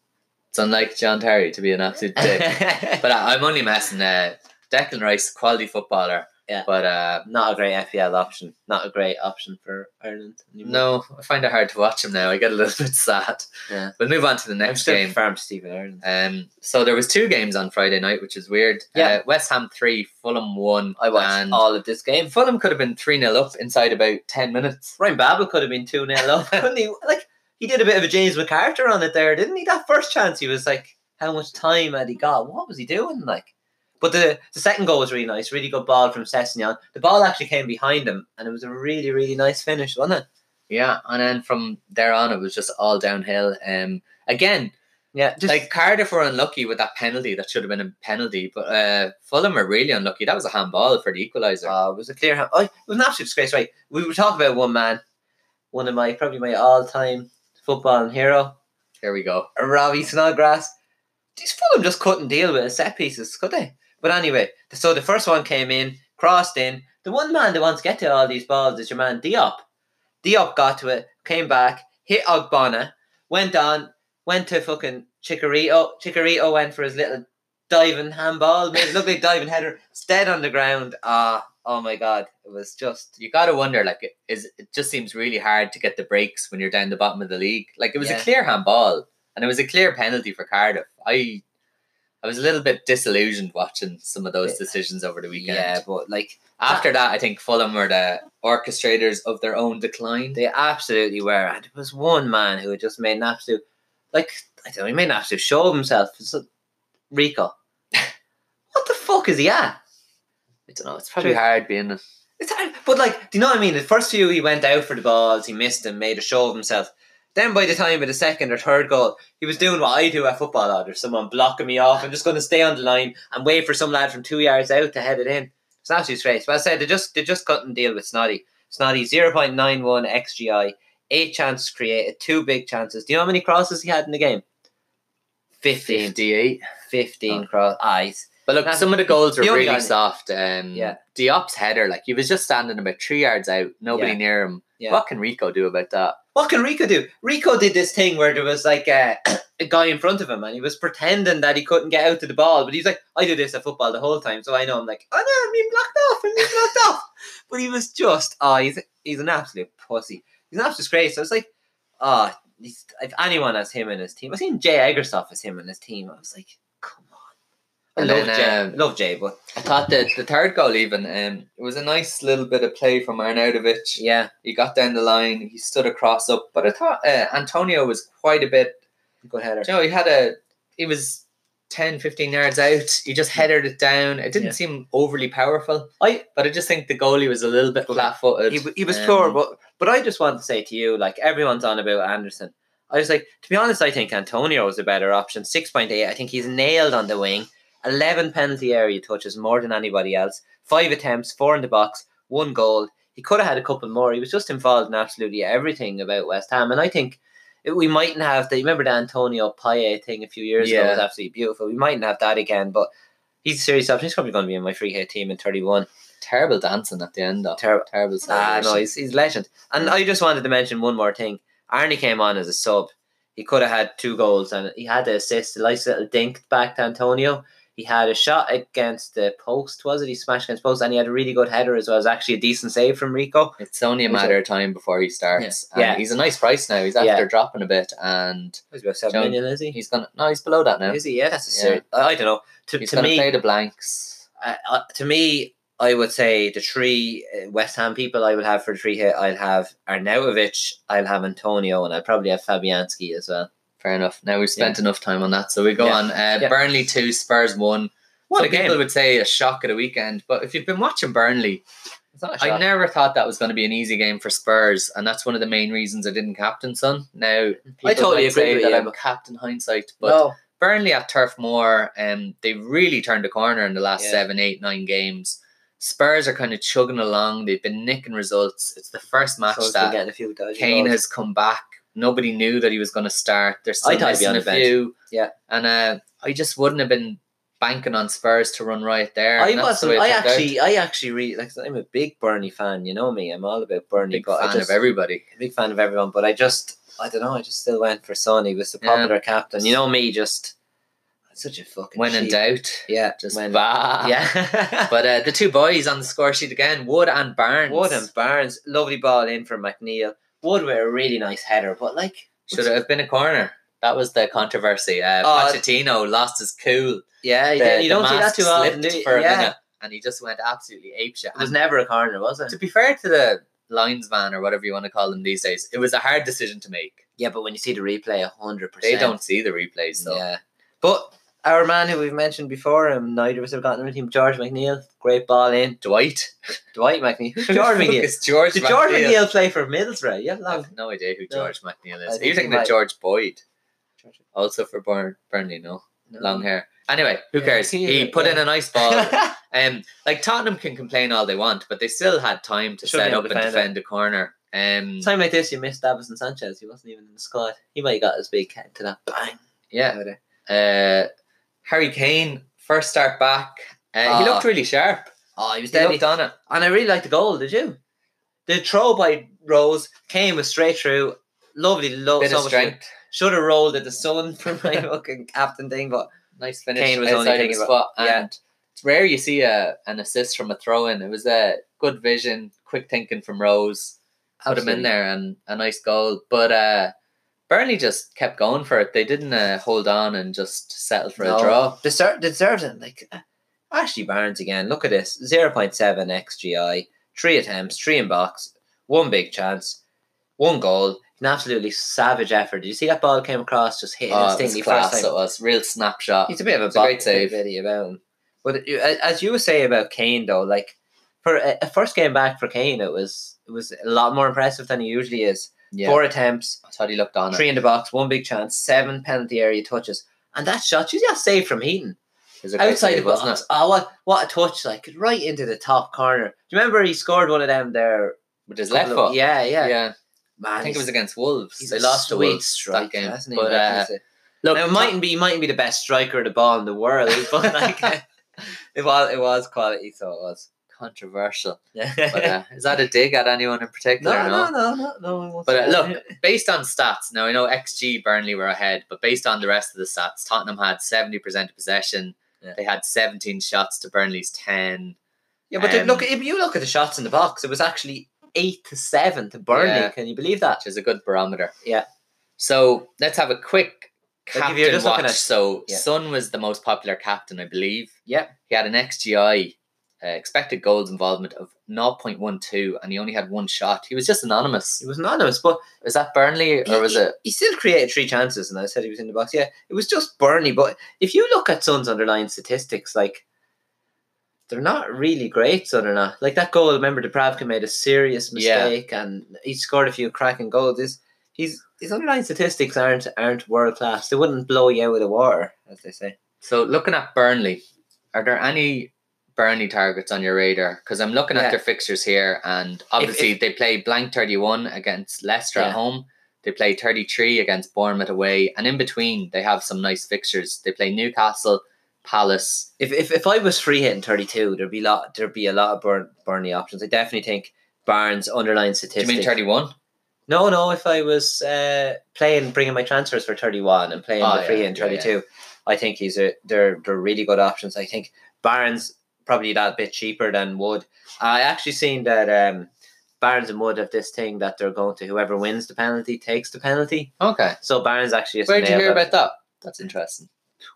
It's unlike John Terry to be an absolute dick. but I, I'm only messing. Uh, Declan Rice, quality footballer.
Yeah.
But uh,
not a great FPL option. Not a great option for Ireland. anymore.
no, I find it hard to watch him now. I get a little bit sad.
Yeah.
We'll move on to the
I'm
next
still
game.
farm Stephen Ireland.
Um, so there was two games on Friday night, which is weird.
Yeah.
Uh, West Ham three, Fulham one.
I watched
and
all of this game.
Fulham could have been three 0 up inside about ten minutes.
Ryan Babel could have been two 0 up, couldn't he? Like he did a bit of a James McCarter on it there, didn't he? That first chance, he was like, how much time had he got? What was he doing? Like, but the the second goal was really nice, really good ball from Sessegnon. The ball actually came behind him, and it was a really really nice finish, wasn't it?
Yeah, and then from there on, it was just all downhill. Um, again,
Yeah, just
like Cardiff were unlucky with that penalty. That should have been a penalty, but uh, Fulham are really unlucky. That was a handball for the equaliser.
Uh, it was a clear hand. Oh, it was an absolute disgrace, right? We were talking about one man, one of my probably my all time football hero,
Here we go.
Robbie Snodgrass. These Fulham just couldn't deal with his set pieces, could they? But anyway, so the first one came in, crossed in. The one man that wants to get to all these balls is your man Diop. Diop got to it, came back, hit Ogbonna, went on, went to fucking Chikorito. Chikorito went for his little diving handball, made it look like diving header, it's dead on the ground. Ah, oh my god, it was just
you gotta wonder like it is it just seems really hard to get the breaks when you're down the bottom of the league like it was
Yeah.
a clear handball and it was a clear penalty for cardiff i i was a little bit disillusioned watching some of those
Yeah.
decisions over the weekend
yeah, but like
after that i think fulham were the orchestrators of their own decline
They absolutely were. And there was one man who had just made an absolute, like, I don't know, he made an absolute show of himself. It's a, Rico. what the fuck is he at?
i don't know it's
probably
hard being a
It's hard. But, like, do you know what I mean? The first few, he went out for the balls, he missed them, made a show of himself. Then by the time of the second or third goal, he was doing what I do at football odds. Someone blocking me off. I'm just going to stay on the line and wait for some lad from two yards out to head it in. It's an absolute disgrace. But I said they just they just couldn't deal with Snoddy. Snoddy zero point nine one xgi, eight chances created, two big chances. Do you know how many crosses he had in the game? 15.
58
15
Oh.
cross eyes.
but look
That's-
some of the goals were
the only
really
guy-
soft um
Yeah.
diop's header like he was just standing about three yards out nobody
Yeah.
near him
Yeah.
what can rico do about that
What can Rico do? Rico did this thing where there was like a, a guy in front of him and he was pretending that he couldn't get out to the ball, but he's like, I do this at football the whole time, so I know I'm like, oh no, I'm being blocked off, I'm being blocked off. But he was just, oh, he's, he's an absolute pussy. He's an absolute disgrace. So it's like, oh, he's, if anyone has him in his team, I've seen Jay Eggersoff as him in his team. I was like, come on. I
And
love
then,
Jay.
um,
I love Jay, but
I thought that the third goal even um, it was a nice little bit of play from Arnautovic.
yeah,
He got down the line, he stood across up, but I thought uh, Antonio was quite a bit.
good header.
You know, he had a he was 10, 15 yards out. He just headed it down. It didn't
Yeah.
seem overly powerful,
I
but I just think the goalie was a little bit Um,
Well,
flat footed.
he, w- he was poor, but but I just want to say to you, like everyone's on about Anderson. I was like, to be honest, I think Antonio is a better option. Six point eight, I think he's nailed on the wing. Eleven penalty area touches more than anybody else. Five attempts, four in the box, one goal. He could have had a couple more. He was just involved in absolutely everything about West Ham, and I think. it- We mightn't have the remember the Antonio Paye thing a few years ago was
Yeah.
absolutely beautiful. We mightn't have that again, but he's a serious option. He's probably going to be in my free hit team in thirty one.
Terrible dancing at the end, though.
Terrible.
Terrible.
Ah, no,
celebration.
he's, he's legend. And I just wanted to mention one more thing. Arnie came on as a sub. He could have had two goals and he had the assist, a nice little dink back to Antonio. He had a shot against the post, was it? He smashed against post and he had a really good header as well. It was actually a decent save from Rico.
It's only a
Which I-
matter of time before he starts.
Yeah.
Yeah.
Yeah.
He's a nice price now. He's after
Yeah.
dropping a bit and
It was about seven
Joan-
million, is he?
he's gonna no, he's below that now.
Is he? Yeah, that's a
Yeah.
serious. I I don't know. To,
He's
to
gonna
me,
play the blanks.
uh, uh, to me, I would say the three uh, West Ham people I would have for three hit. I'll have Arnautovic, I'll have Antonio, and I'll probably have Fabianski as well.
Fair enough. Now we've spent enough time on that, so we go
Yeah.
on. Uh,
Yeah.
Burnley two, Spurs one.
What
Some
a game.
people would say a shock of the weekend, but if you've been watching Burnley,
It's not a
I
shock.
never thought that was going to be an easy game for Spurs, and that's one of the main reasons I didn't captain Son. Now people
totally
might
agree
say
with
that
you,
I'm
but-
captain hindsight, but
No.
Burnley at Turf Moor, um, they really turned a corner in the last
Yeah.
seven, eight, nine games. Spurs are kind of chugging along. They've been nicking results. It's the first match
So it's been
that
getting a few dodgy
Kane
goals.
has come back. Nobody knew that he was going to start. They're
I
still
thought he'd be
missing
on
a
the bench.
few.
Yeah.
and uh, I just wouldn't have been banking on Spurs to run right there.
I
and that's the
wasn't.
way
I
it turned out.
actually, I actually really like. I'm a big Bernie fan. You know me. I'm all about Bernie.
big
but
fan
I just,
of everybody.
big fan of everyone. But I just, I don't know. I just still went for Son. He was the
Yeah.
popular captain. You know me. Just such a fucking.
When in
sheep.
doubt,
yeah,
just
when,
bah.
yeah.
But uh, the two boys on the score sheet again, Wood and Barnes.
Wood and Barnes, lovely ball in for McNeil. Wood with a really nice header, but like,
Should it have been a corner? That was the controversy. Uh,
Oh,
Pochettino lost his cool.
yeah, you,
The-
don't- you
the
don't see that
mask
too often.
slipped
do you?
for a
yeah,
minute, and he just went absolutely apeshit.
it was
And
never a corner, was it?
to be fair to the linesman or whatever you want to call them these days, it was a hard decision to make.
Yeah, but when you see the replay, hundred percent.
They don't see the replays, so
Yeah. But our man who we've mentioned before, um, neither of us have gotten with him, George McNeil, great ball in.
Dwight,
Dwight McNeil. Who's
Who the
George
fuck
McNeil.
is George
Did George
McNeil?
McNeil play for Middlesbrough? You have
I
long.
have no idea who
No.
George McNeil
I
is.
think
Are you
he
thinking of
might-
George Boyd, also for Burn- Burnley? No, long hair. Anyway, who
Yeah,
cares?
he-
He put in
yeah.
a nice ball. Um, like Tottenham can complain all they want, but they still had time to
Should be
set
able
up
to
and
defend it.
defend a corner. Um,
Time like this, you missed Davison Sanchez. He wasn't even in the squad. He might have got his big head to that bang.
yeah.
header.
Uh, Harry Kane first start back. Uh, he
Ah.
looked really sharp.
Oh, he was
He
deadly.
looked on it.
And I really liked the goal, did you? The throw by Rose came was straight through. Lovely, low,
Bit
so
of
much-
strength.
Should have rolled at the sun for my fucking captain thing, but
Nice finish.
Kane was only
outside of
thinking
his
about-
foot.
yeah.
And it's rare you see a, an assist from a throw in. It was a good vision, quick thinking from Rose. Put him in
Absolutely.
there and a nice goal. But uh, Burnley just kept going for it. They didn't uh, hold on and just settle for
No.
a draw.
Deser- deserves it. Like uh, Ashley Barnes again. Look at this: zero point seven xgi, three attempts, three in box, one big chance, one goal. An absolutely savage effort. Did you see that ball came across? Just hit
Oh, it was
instinctively
class.
first
It
time.
was real snapshot.
He's a bit of a,
It's a
bot-
great save.
Video about him. But you- a- as you were saying about Kane, though, like for a a first game back for Kane, it was it was a lot more impressive than he usually is.
Yeah.
Four attempts,
I thought he looked on
three
it.
in the box, one big chance, seven penalty area touches, and that shot you just saved from Heaton
It was a great
outside
save,
of wasn't Oh, what what a touch! Like right into the top corner. Do you remember he scored one of them there?
With his left
couple of-
foot.
Yeah, yeah,
yeah.
Man,
I think it
he's-
was against Wolves.
he's
they
a
lost to
sweet
Wolves
striker,
that game.
hasn't he?
But
Like,
uh,
he's a-
look,
now, it mightn't be he mightn't be the best striker of the ball in the world, but like it was it was quality, so it was.
controversial. But
no,
uh, is that a dig at anyone in particular? No.
no, no, no, no. I won't
But uh,
say that.
look, based on stats, now I know XG Burnley were ahead, but based on the rest of the stats, Tottenham had seventy percent of possession.
Yeah.
They had seventeen shots to Burnley's ten.
yeah, but the- look
um,
if you look at the shots in the box, it was actually eight to seven to Burnley.
Yeah.
Can you believe that?
which is a good barometer.
Yeah.
So let's have a quick
Like, if
captain
you're just looking
watch.
at-
so
Yeah.
Sun was the most popular captain, I believe.
Yep.
He had an XGI Uh, expected goals involvement of 0.12, and he only had one shot. He was just anonymous.
It was anonymous, but
Was that Burnley or was
he,
it?
He still created three chances, and I said he was in the box. Yeah, it was just Burnley. But if you look at Sun's underlying statistics, like they're not really great. Sun are not like that goal. Remember, Dubravka made a serious
Yeah.
mistake, and he scored a few cracking goals. His he's his underlying statistics aren't aren't world class. They wouldn't blow you out of the water, as they say.
So looking at Burnley, are there any Burnley targets on your radar? Because I'm looking
Yeah.
at their fixtures here, and obviously they play blank 31 against Leicester
Yeah.
at home. They play 33 against Bournemouth away, and in between they have some nice fixtures. They play Newcastle, Palace.
If if, if I was free hitting thirty two, there'd be lot there'd be a lot of Burn, Burnley options. I definitely think Barnes underlying
Do you
statistics.
mean 31?
No, no. If I was uh, playing, bringing my transfers for thirty-one and playing
Oh,
the free
yeah,
in
yeah, yeah.
thirty-two, I think he's a they're they're really good options. I think Barnes probably that bit cheaper than Wood. I actually seen that um, Barnes and Wood have this thing that they're going to whoever wins the penalty takes the penalty.
Okay.
So Barnes actually just
Where did you
nailed
hear
that.
about that? That's interesting.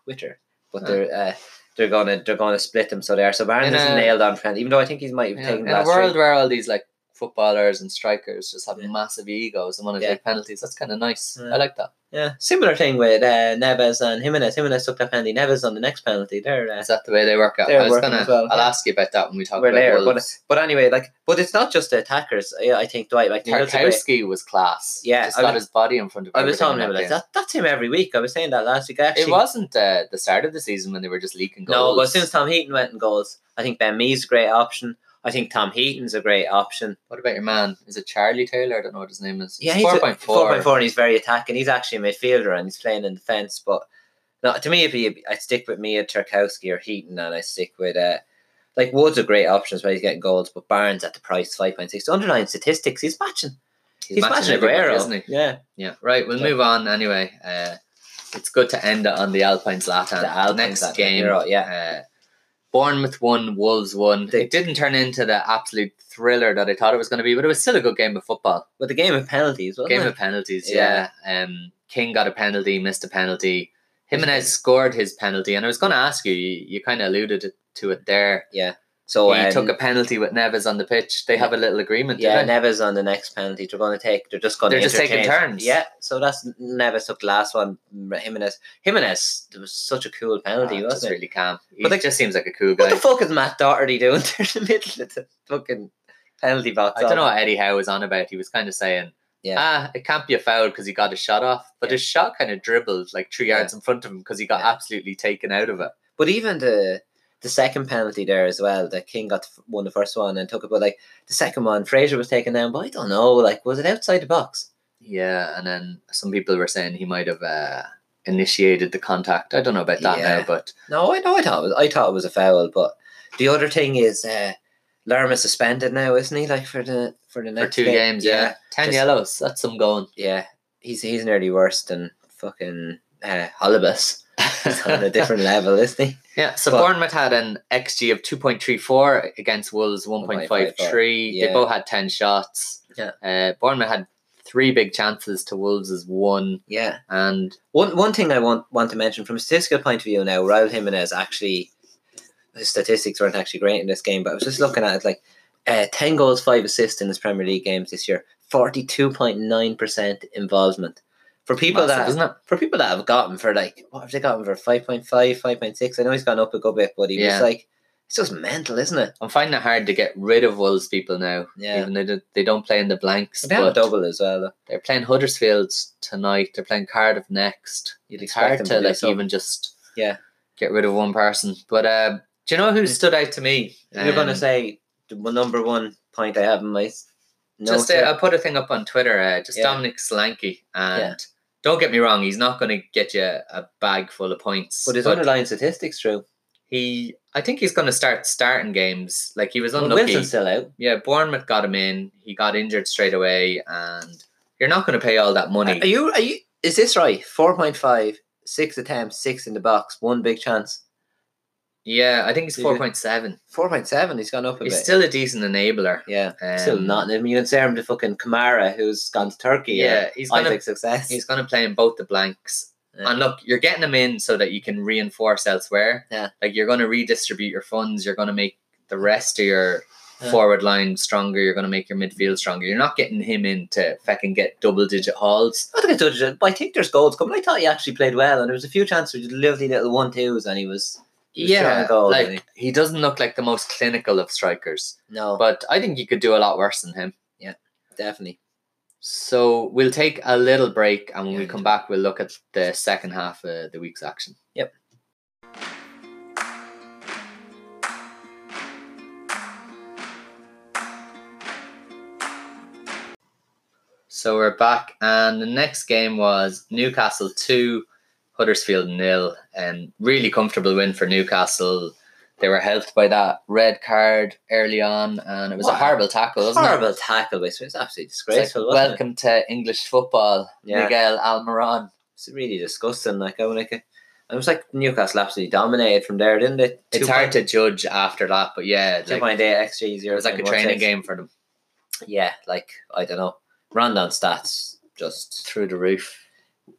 Twitter, but
Huh.
they're uh, they're gonna they're gonna split them. So they are. So Barnes
In
is
a-
nailed on penalty, even though I think he might have
Yeah,
taken
in a
that.
world where all these like footballers and strikers just have
Yeah.
massive egos and want to
Yeah.
take penalties, that's kind of nice.
Yeah.
I like that.
Yeah, similar thing with uh, Neves and Jimenez. Jimenez took that penalty. Neves on the next penalty. There, uh,
Is that the way they work out?
They're
I was
working
gonna.
as well,
I'll
yeah.
ask you about that when we talk
We're
about
there,
Wolves.
But anyway, like, but it's not just the attackers. I, I think Dwight like
Tarkowski was class.
Yeah,
just
I
got
was-
his body in front of.
I
everything
was telling
in
him like
that
that. That's him every week. I was saying that last week. I
game.
Actually,
It wasn't uh, the start of the season when they were just leaking goals.
no, but as soon as Tom Heaton went in goals, I think Ben Mee's a great option. I think Tom Heaton's a great option.
What about your man? Is it Charlie Taylor? I don't know what his name is.
Yeah,
He's
he's
four point
four
four.
point four, and he's very attacking. He's actually a midfielder and he's playing in defence. But no, to me, if he, I'd stick with Mia Tarkowski or Heaton, and I stick with uh, like Wood's a great option as well. He's getting goals, but Barnes at the price five point six. Underlying statistics, he's matching. He's, matching,
everybody,
Aguero,
isn't he?
Yeah,
Yeah, right. We'll
Yeah.
move on anyway. Uh, it's good to end it on the Alpine Zlatan.
The Alpine
next
Zlatan,
game,
you're right, yeah.
Uh, Bournemouth won, Wolves won.
They-
it didn't turn into the absolute thriller that I thought it was going to be, but it was still a good game of football.
but the game of penalties, wasn't
game
it?
of penalties, yeah. Um, King got a penalty, missed a penalty. Jimenez scored his penalty, and I was going to ask you. You, you kind of alluded to it there.
so
he
um,
took a penalty with Neves on the pitch. They have a little agreement.
yeah,
don't they?
Neves on the next penalty. They're going to take. They're just going.
They're
to
just taking
interchange.
turns.
Yeah, so that's Neves took the last one. Jimenez, Jimenez, it was such a cool penalty,
Ah,
wasn't
just
it?
really calm. He
But they-
just seems like a cool guy.
What the fuck is Matt Doherty doing there in the middle of the fucking penalty box?
I don't know what Eddie Howe was on about. He was kind of saying,
Yeah.
ah, it can't be a foul because he got a shot off. But
Yeah.
his shot kind of dribbled like three
Yeah.
yards in front of him because he got
Yeah.
absolutely taken out of it.
But even the the second penalty there as well, that King got the f- won the first one and took it, but like the second one, Fraser was taken down. But I don't know, like was it outside the box?
Yeah, and then some people were saying he might have uh, initiated the contact. I don't know about that
Yeah.
now, but
No, I know I thought it was, I thought it was a foul. But the other thing is, uh, Lerma suspended now, isn't he? Like for the for the
for
next
two
game?
games, yeah. Ten
Just-
yellows, that's some going.
yeah, he's he's nearly worse than fucking uh, Holibus. He's on a different level, isn't he?
Yeah, so
But-
Bournemouth had an XG of 2.34 against Wolves 1.53.
1.53, yeah.
They both had 10 shots.
Yeah.
Uh, Bournemouth had three big chances to Wolves' one.
Yeah.
And
One one thing I want want to mention from a statistical point of view now, Raul Jimenez actually his statistics weren't actually great in this game, but I was just looking at it like uh, ten goals, five assists in his Premier League games this year, forty two point nine percent involvement. For people
massive,
that
isn't it?
for people that have gotten for like what have they gotten for 5.5, 5.6? I know he's gone up a good bit, but he
Yeah.
was like it's just mental, isn't it?
I'm finding it hard to get rid of Wolves people now.
Yeah.
Even though they- they don't play in the blanks.
They have a
But
double as well. Though.
they're playing Huddersfield tonight. They're playing Cardiff next.
You'd
It's
expect
hard
them
to
to do
like
something.
even just
Yeah.
get rid of one person. But uh, do you know who
Mm.
stood out to me?
You're gonna
Um,
say the one- number one point I have in my s- notes
just uh,
here.
I put a thing up on Twitter. Uh, just
Yeah.
Dominic Solanke, and
Yeah.
don't get me wrong, he's not going to get you a bag full of points.
but his underlying statistics true.
he, I think he's going to start starting games. Like he was
Well,
unlucky.
Wilson's still out.
Yeah, Bournemouth got him in. He got injured straight away, and you're not going to pay all that money.
Are you? Are you? Is this right? Four point five, six attempts, six in the box, one big chance.
yeah, I think he's
Did you-
four point seven.
Four point seven. He's gone up a
He's
bit.
still a decent enabler.
yeah,
Um,
still not. I mean, you compare him to fucking Kamara, who's gone to Turkey.
Yeah,
Yeah,
he's
he's
gonna
Isaac success.
he's going to play in both the blanks.
Yeah.
And look, you're getting them in so that you can reinforce elsewhere.
Yeah.
Like you're going to redistribute your funds. You're going to make the rest of your
Yeah.
forward line stronger. You're going to make your midfield stronger. You're not getting him in to fucking get double digit hauls.
I think I told you, but I think there's goals coming. I thought he actually played well, and there was a few chances with just lovely little one twos, and he was He was shot
Yeah,
on goal,
like
didn't
he doesn't look like the most clinical of strikers,
no,
but I think you could do a lot worse than him.
definitely.
So we'll take a little break, and when we
Yeah.
come back, we'll look at the second half of the week's action.
Yep.
So we're back, and the next game was Newcastle 2, Huddersfield nil. Um, really comfortable win for Newcastle. They were helped by that red card early on, and it was a
Wow.
horrible tackle, wasn't it?
Horrible tackle, basically. It's absolutely
It's like,
disgraceful. wasn't it?
welcome to English football,
Yeah.
Miguel Almiron.
It's really disgusting. Like I was like, I was like Newcastle absolutely dominated from there, didn't they?
It's hard to judge after that, but yeah,
two
like,
point eight xG
it
zero.
was like a training game for them
Yeah, like I don't know. Random stats, just
through the roof.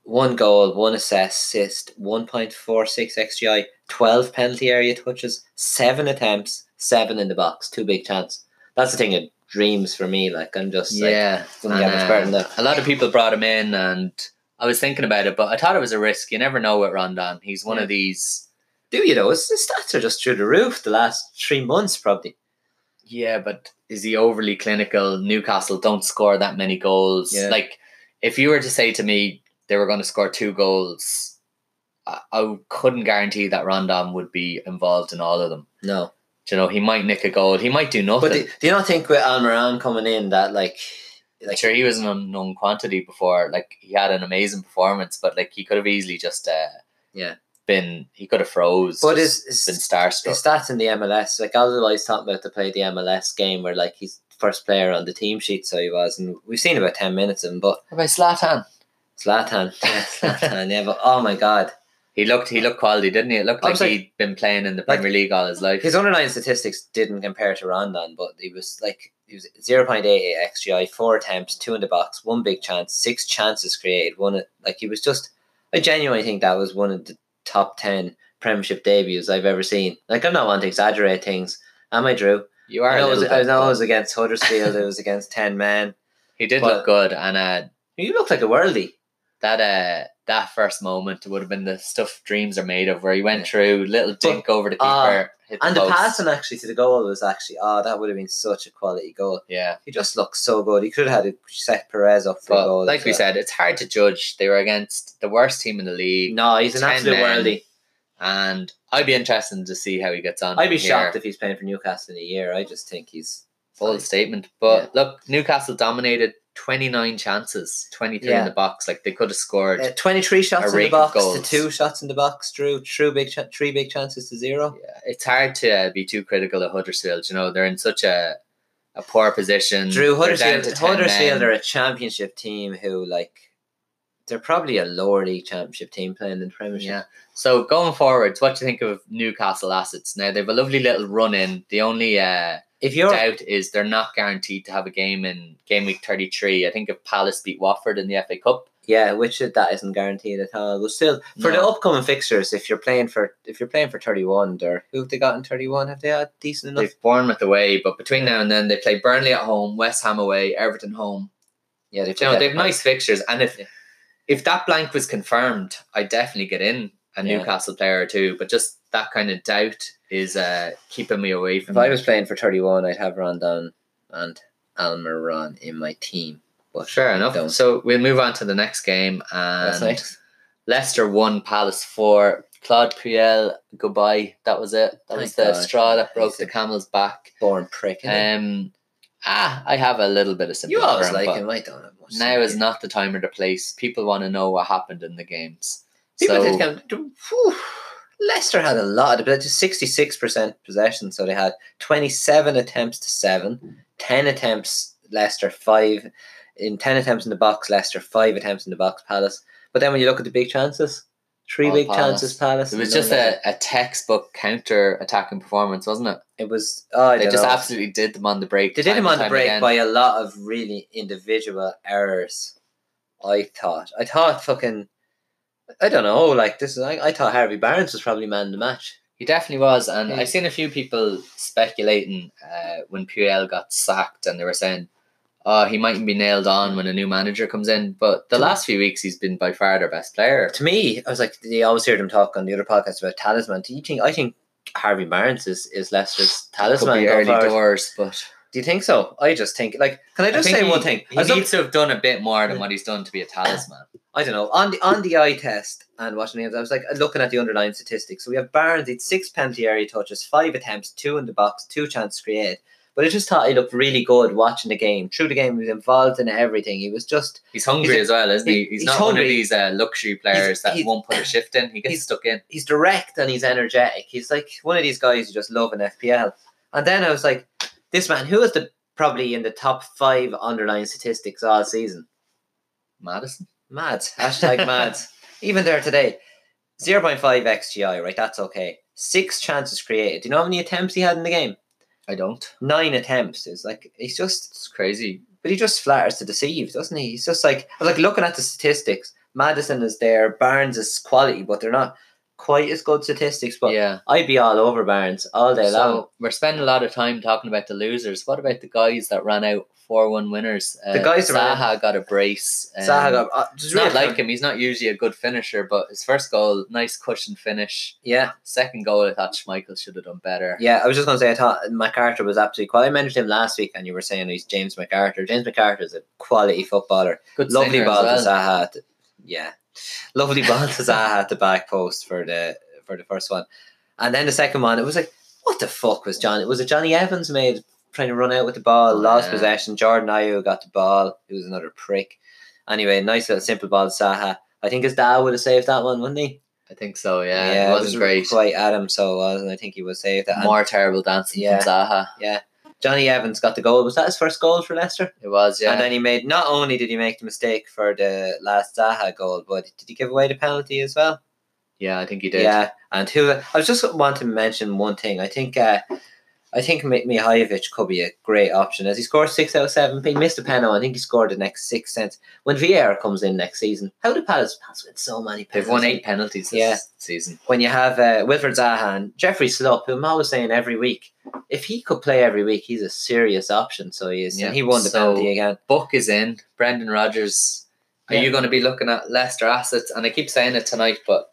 one goal, one assist, one point four six xgi, twelve penalty area touches, seven attempts, seven in the box, two big chance. That's the thing of dreams for me. Like I'm just like,
yeah,
doesn't get much
and,
better than
uh,
that.
a lot of people brought him in, and I was thinking about it, but I thought it was a risk. You never know with Rondon; he's one
Yeah.
of these.
Do you know? His his stats are just through the roof. The last three months, probably.
Yeah, but is he overly clinical? Newcastle don't score that many goals.
Yeah.
Like, if you were to say to me they were going to score two goals, I, I couldn't guarantee that Rondon would be involved in all of them.
No,
Do you know, he might nick a goal. He might do nothing.
But do, do you not think with Almiron coming in that like, like
sure, he was an unknown quantity before. Like he had an amazing performance, but like he could have easily just uh
Yeah.
been he could have froze.
but
just
his, his,
been starstruck.
his stats in the MLS like I was always talking about to play the MLS game where like he's first player on the team sheet, so he was, and we've seen about ten minutes of him, but
How about Slatan?
Zlatan, yeah, Zlatan, yeah, but oh my god,
He looked he looked quality, didn't he? It looked
I
like,
was like-
he'd been playing in the
like,
Premier League all his life.
his underlying statistics didn't compare to Rondon, but he was like. He was 0.88 xgi, four attempts, two in the box, one big chance, six chances created. One like he was just. I genuinely think that was one of the top ten Premiership debuts I've ever seen. Like I'm not one to exaggerate things. Am I, Drew?
you are.
I
a
know it was,
little
I
bit,
know it
but
was against Huddersfield. it was against ten men.
he did
but-
look good, and uh,
You look like a worldie.
that uh, that first moment would have been the stuff dreams are made of, where he went through little dink over the
ah,
keeper, hit the
And the
post.
passing actually to the goal was actually oh that would have been such a quality goal.
Yeah,
He just looked so good. He could have had set Perez up for a
but
goal.
like
as
we
well.
said, it's hard to judge. They were against the worst team in the league.
no, he's an
10
absolute
men.
worldie.
and I'd be interested to see how he gets on.
I'd be
from
shocked
here.
if he's playing for Newcastle in a year. I just think he's
Bold statement, but look, Newcastle dominated twenty nine chances, twenty three in
Yeah.
the box. Like they could have scored.
Uh, twenty three shots in
rake
the
of
box to
goals.
two shots in the box. Drew true big ch- three big chances to zero.
Yeah, It's hard to uh, be too critical of Huddersfield. You know they're in such a a poor position.
Drew
They're down
Huddersfield.
to 10
Huddersfield
men.
are a championship team who like they're probably a lower league championship team playing in the Premiership.
Yeah. So going forwards, what do you think of Newcastle assets? Now they've a lovely little run in. The only uh,
If you're
doubt is they're not guaranteed to have a game in game week thirty three. I think if Palace beat Watford in the FA Cup,
yeah, which is- that isn't guaranteed at all. But still, for the
No.
upcoming fixtures, if you're playing for if you're playing for thirty one, there who have they got in thirty one? Have they had decent enough?
They've Bournemouth away, but between now and then they play Burnley at home, West Ham away, Everton home.
yeah, they've
You know,
got-
they've nice fixtures, and if
Yeah.
if that blank was confirmed, I would definitely get in a
Yeah.
Newcastle player or two. But just that kind of doubt is uh, keeping me away
If
from.
I was playing for 31, I'd have Rondon and Almiron in my team. But
sure enough.
Don't.
So we'll move on to the next game,
That's
and
nice.
Leicester won, Palace four. Claude Puel, goodbye. That was it. That
My
was the
God.
straw that broke the
Amazing.
camel's back.
Born prick. innit?
Um, ah, I have a little bit of sympathy.
you always
for him,
like
but-
him. I don't have much.
Now is not the time or the place. People want to know what happened in the games.
People
so
did come. do- whew. Leicester had a lot of possession, sixty-six percent possession. So they had twenty-seven attempts to seven, ten attempts. Leicester five in ten attempts in the box. Leicester five attempts in the box. Palace. But then when you look at the big chances, three
All
big
Palace.
chances. Oh, Palace.
it
and
was
none
just
Leicester.
a, a textbook counter attacking performance, wasn't it?
It was. Oh, I
They
don't
just
know.
absolutely did them on the break.
They did
time
him
and
on the
time
break
again.
by a lot of really individual errors. I thought. I thought fucking. I don't know. Like this is. I, I thought Harvey Barnes was probably man of the match.
He definitely was, and
Yeah.
I've seen a few people speculating uh, when Puel got sacked, and they were saying, "Oh, he mightn't be nailed on when a new manager comes in." But the
To-
last few weeks, he's been by far their best player.
To me, I was like, you always hear them talk on the other podcast about talisman. Do you think? I think Harvey Barnes is, is Leicester's talisman.
Could be
going
early
forward.
doors, but
Do you think so? I just think like. Can I just
think
say
he-
one thing?
He
I, was up-
needs to have done a bit more than what he's done to be a talisman.
I don't know on the on the eye test and watching names. I was like looking at the underlying statistics. So we have Barnes. He'd six penalty area touches, five attempts, two in the box, two chances created. But I just thought he looked really good watching the game. Through the game, he was involved in everything. He was just
He's hungry
He's-
as well, isn't he?
he-
He's,
he's
not one of
hungry.
these uh, luxury players that
he's-
won't put a shift in. He gets
he's-
stuck in.
he's direct and he's energetic. He's like one of these guys you just love in FPL. And then I was like, this man, who is the probably in the top five underlying statistics all season?
Madison.
Mad. Hashtag mad. Even there today. 0.5 XGI, right? That's okay. Six chances created. Do you know how many attempts he had in the game?
I don't.
Nine attempts. It's like he's just
It's crazy.
but he just flatters to deceive, doesn't he? He's just like I was like looking at the statistics. Madison is there, Barnes is quality, but they're not quite as good statistics. But
yeah.
I'd be all over Barnes all day long.
So we're spending a lot of time talking about the losers. What about the guys that ran out four one winners? Uh,
The guys that ran
Zaha got a brace. um,
Zaha got uh,
It's
just
not
really
like him. He's not usually a good finisher, but his first goal, nice cushion finish.
Yeah,
Second goal, I thought Schmeichel should have done better.
yeah. I was just gonna say I thought MacArthur was absolutely quality. I mentioned him last week, and you were saying he's James MacArthur. James MacArthur is a quality footballer.
Good
Lovely
singer
ball
as
to
well.
Zaha. at the- yeah, lovely ball to Zaha at the back post for the for the first one, and then the second one. It was like, what the fuck was John? Was it Johnny Evans made trying to run out with the ball, lost
Oh, Yeah.
possession? Jordan Ayew got the ball. He was another prick. Anyway, nice little simple ball to Zaha. I think his dad would have saved that one, wouldn't he?
I think so. Yeah,
yeah,
it wasn't
was
great.
Quite Adam, so it was, and I think he was saved. And
More terrible dancing
Yeah.
from Zaha.
Johnny Evans got the goal. Was that his first goal for Leicester?
It was yeah.
And then he made. Not only did he make the mistake for the last Zaha goal, but did he give away the penalty as well?
yeah, I think he did.
Yeah, and who? I was just want to mention one thing. I think. Uh, I think Mi- Mihajlovic could be a great option as he scored six out of seven. He missed a penalty. I think he scored the next six cents. When Vieira comes in next season, how do Palace pass with so many
They've
penalties?
won eight penalties this
Yeah.
season.
when you have uh, Wilfred Zaha and Jeffrey Slup, who I'm always saying every week, if he could play every week, he's a serious option. So he is.
Yeah,
And he won the
so-
penalty again.
Book is in. Brendan Rodgers. Are
Yeah.
you going to be looking at Leicester assets? And I keep saying it tonight, but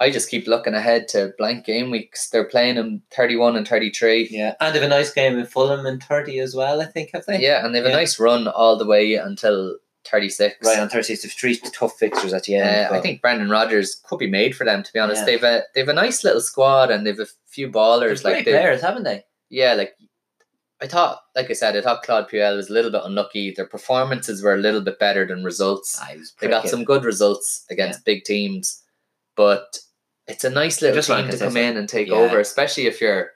I just keep looking ahead to blank game weeks. They're playing them 31 and 33.
Yeah, and have a nice game in Fulham in 30 as well, I think, have they?
Yeah, and they have a
Yeah.
nice run all the way until 36.
Right, on Thursday, so three tough fixtures at the end.
Uh, I
but-
think Brendan Rodgers could be made for them. To be honest,
Yeah.
they've a they've a nice little squad and they've a few ballers.
There's
like
great
they,
players, haven't they?
yeah, like I thought, like I said, I thought Claude Puel was a little bit unlucky. Their performances were a little bit better than results. They got some good results against big teams, but it's a nice little
Just
team
like
to
I
come
said,
in and take
yeah.
over, especially if you're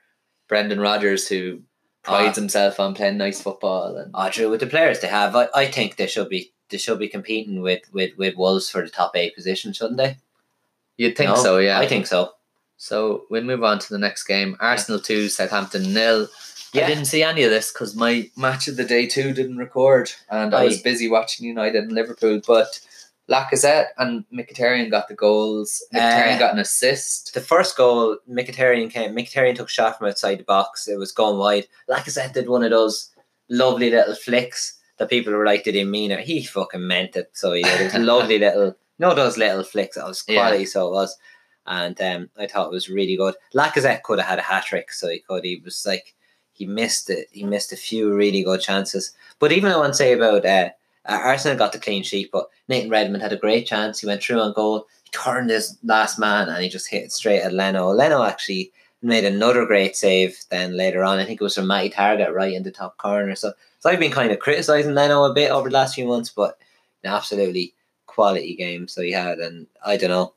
Brendan Rodgers, who prides
Ah.
himself on playing nice football. And
Oh, true. With the players they have, I, I think they should be they should be competing with, with, with Wolves for the top eight position, shouldn't they?
you'd think
No,
so, yeah.
I think so.
so we'll move on to the next game. Arsenal two, Southampton nil. I
Yeah.
didn't see any of this because my match of the day two didn't record, and I, was
Aye.
busy watching United and Liverpool. But Lacazette and Mkhitaryan got the goals. Mkhitaryan
Uh,
got an assist.
The first goal, Mkhitaryan came. Mkhitaryan took a shot from outside the box. It was going wide. Lacazette did one of those lovely little flicks that people were like, "Did he mean it?" He fucking meant it. So he did. It was a lovely little, no, those little flicks. It was
Yeah.
quality, so it was. And um, I thought it was really good. Lacazette could have had a hat trick, so he could. He was like, he missed it. He missed a few really good chances. But even I want to say about uh, uh, Arsenal got the clean sheet, but Nathan Redmond had a great chance. He went through on goal. He turned his last man and he just hit it straight at Leno. Leno actually made another great save then later on. I think it was from Matty Target right in the top corner. So, so I've been kind of criticising Leno a bit over the last few months, but an absolutely quality game. So he had, and I don't know.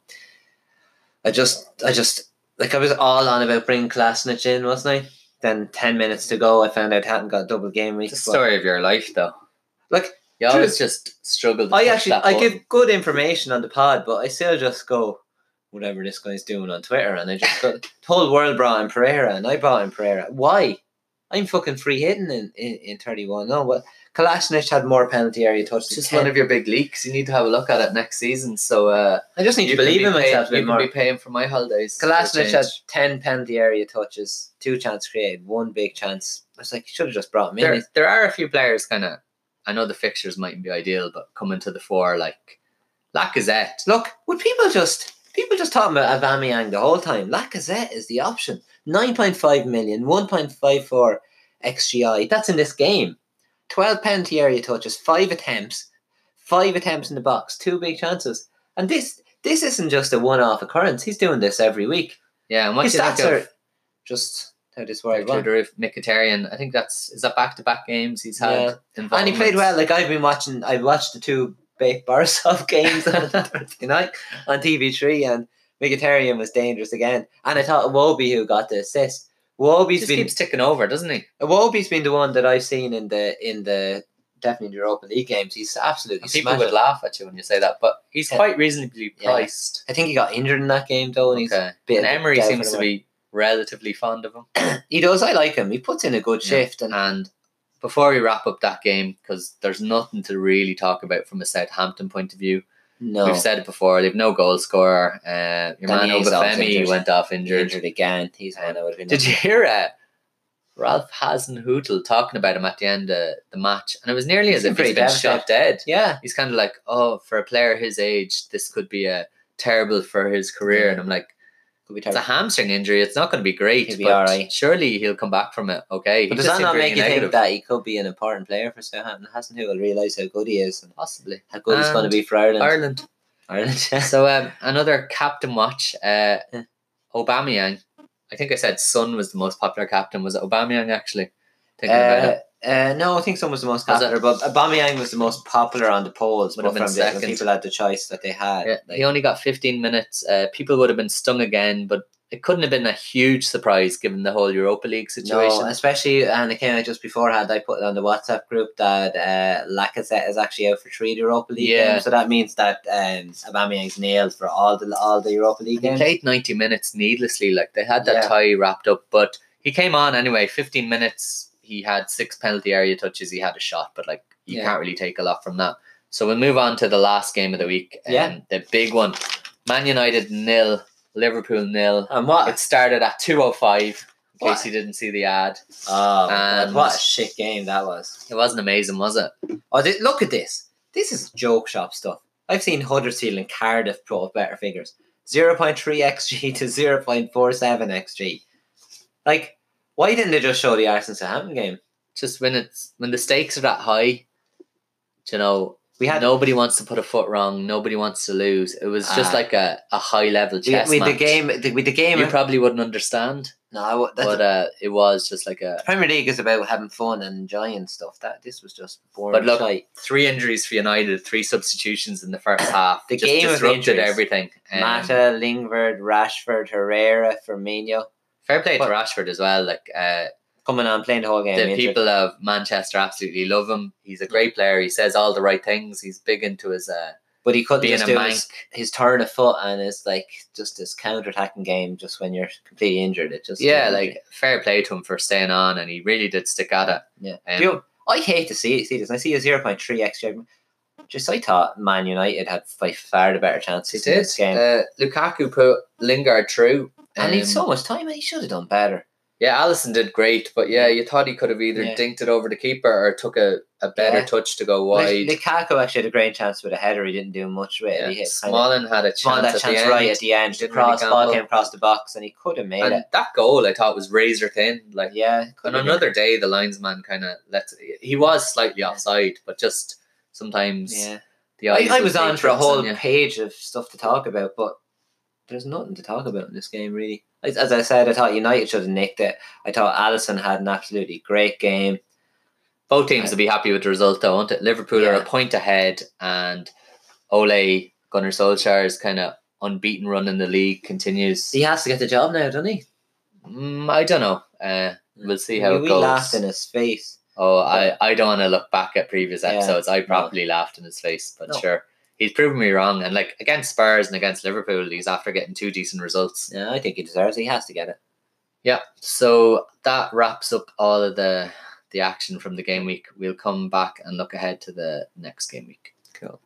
I just, I just, like I was all on about bringing Klasnich in, wasn't I? Then 10 minutes to go, I found out hadn't got a double game week.
It's the
but-
story of your life, though.
Like,
You
True.
always just struggle. To
I
touch
actually
that
I
button.
give good information on the pod, but I still just go whatever this guy's doing on Twitter, and I just go the whole world brought in Pereira, and I brought in Pereira. Why? I'm fucking free hitting in, in, in 31. No, but Kalashnikov had more penalty area touches.
It's just one of your big leaks. You need to have a look at it next season. So uh,
I just need to
you can
believe
be
in myself
Paying,
a bit
you can
more.
be paying for my holidays. for a
Kalashnikov had
change.
10 penalty area touches, two chances created, one big chance. I was like, you should have just brought him in.
there, there are a few players kind of. I know the fixtures mightn't be ideal, but coming to the fore like Lacazette.
Look, would people just people just talking about Aubameyang the whole time? Lacazette is the option. Nine point five million, one point five four xgi. That's in this game. Twelve penalty area touches, five attempts, five attempts in the box, two big chances, and this this isn't just a one-off occurrence. He's doing this every week.
Yeah, and what
His
do you think
stats
of
are just how this world runs.
Tudor Mkhitaryan? I think that's is that back to back games he's had.
Yeah. And he
involvement?
played well. Like I've been watching, I watched the two Bake Borisov games on Thursday night on TV3, and Vegetarian was dangerous again. And I thought Wobie who got the assist.
He
Wobie's
just
been
keeps ticking over, doesn't he?
Wobie's been the one that I've seen in the in the definitely in the Europa League games. He's absolutely
And people
smashed.
would laugh at you when you say that, but he's
Yeah.
quite reasonably
Yeah.
priced.
I think he got injured in that game though, and he's
Okay.
been
And Emery
down for
seems
the
to be relatively fond of him.
he does. I like him. He puts in a good
Yeah.
shift, and
And before we wrap up that game, because there's nothing to really talk about from a Southampton point of view.
no,
We've said it before, they've no goal scorer. Uh, your man
Danny Ings off
Obafemi
injured.
went off
he's
injured.
injured again. He's one I would have been.
Did you hear uh, Ralph Hasenhutel talking about him at the end of the match? And it was nearly as
He's
if
been
he's been
pretty
shot dead.
Yeah,
he's kind of like, oh, for a player his age, this could be a terrible for his career. And I'm like,
could be
it's
terrible.
a hamstring injury. It's not going to be great,
He'll be
but
alright.
surely he'll come back from it. Okay,
But
He
does
just
that
seemed
not
really
make you think that he could be an important player for Southampton? Hasn't he will realise how good he is and
possibly
how good he's going to
And
be for Ireland?
Ireland?
Ireland, yeah.
so um, another captain watch, uh,
Yeah.
Aubameyang. I think I said Sun was the most popular captain. Was it Aubameyang actually? Thinking about
Uh,
it,
uh, no, I think someone was the most
Was
popular, but Aubameyang was the most popular on the polls.
Would
but
have been
from the, when
second.
people had the choice that they had,
yeah,
like,
he only got 15 minutes. Uh, people would have been stung again, but it couldn't have been a huge surprise given the whole Europa League situation.
no, especially and it came out just beforehand. I put it on the WhatsApp group that uh, Lacazette is actually out for three of the Europa League
Yeah.
games, so that means that um, Aubameyang's nailed for all the all the Europa League
He
games.
played 90 minutes needlessly. Like they had that
Yeah.
tie wrapped up, but he came on anyway. 15 minutes, he had six penalty area touches. He had a shot, but like you
Yeah.
can't really take a lot from that. So we'll move on to the last game of the week. Um,
Yeah.
The big one Man United nil, Liverpool nil.
And what?
It started at 2.05. In
Ah. What?
case you didn't see the ad,
oh, God,
And-
what a shit game that was.
it wasn't amazing, was it?
Oh, thi- look at this. This is joke shop stuff. I've seen Huddersfield and Cardiff put up better figures 0.3 XG to 0.47 XG. Like, why didn't they just show the Arsenal Southampton game?
Just when it's when the stakes are that high, you know,
We had,
nobody wants to put a foot wrong. Nobody wants to lose. It was just
Ah.
like a, a high level
we,
chess
we
match.
the game, the, with the game.
you probably wouldn't understand,
no, I wa- that's,
but uh, it was just like a
the Premier League is about having fun and enjoying stuff. That this was just boring.
But look,
shite.
three injuries for United, three substitutions in the first half.
The
just
game of
disrupted
injuries.
everything. Um,
Mata, Lingard, Rashford, Herrera, Firmino
Fair play
But-
to Rashford as well. Like uh,
coming on playing the whole game.
the
injured.
people of Manchester absolutely love him. He's a great player. He says all the right things. He's big into his uh,
but he couldn't
being
just
a
do
man.
his his turn of foot and it's like just this counter attacking game just when you're completely injured. It just
Yeah, like fair play to him for staying on, and he really did stick at it.
yeah.
Um,
Do you- I hate to see see this. I see a zero point three extra. Just I thought Man United had by far the better chances in this game,
Uh, Lukaku put Lingard through,
and he'd
um,
so much time. and He should have done better.
Yeah, Allison did great, but yeah, you thought he could have either
Yeah.
dinked it over the keeper or took a, a better
Yeah.
touch to go
Like,
wide.
Lukaku actually had a great chance with a header. He didn't do much with it.
Yeah.
He hit kind of,
Smalling had a chance,
small that
at
chance
the end,
right at the end. The
Didn't really
cross ball
gamble.
came across the box, and he could have made
and
it.
that goal I thought was razor thin. Like
Yeah,
on
could have made it.
another day, the linesman kind of lets. He was slightly
Yeah.
offside, but just sometimes
yeah.
the
I,
eyes
I
of
was on for a
patrons
whole
you.
page of stuff to talk about, but there's nothing to talk about in this game, really. As, as I said, I thought United should have nicked it. I thought Allison had an absolutely great game.
Both teams will be happy with the result, though, won't it? Liverpool are
Yeah.
a point ahead, and Ole Gunnar Solskjaer's kind of unbeaten run in the league continues.
He has to get the job now, doesn't he?
Mm, I don't know. Uh, we'll see how
we,
it
we
goes.
laughed in his face.
Oh, I, I don't want to look back at previous
Yeah.
episodes. I probably laughed in his face, but
No.
sure. He's proven me wrong. And like against Spurs and against Liverpool, he's after getting two decent results.
Yeah, I think he deserves it. He has to get it.
Yeah, so that wraps up all of the the action from the game week. We'll come back and look ahead to the next game week.
Cool.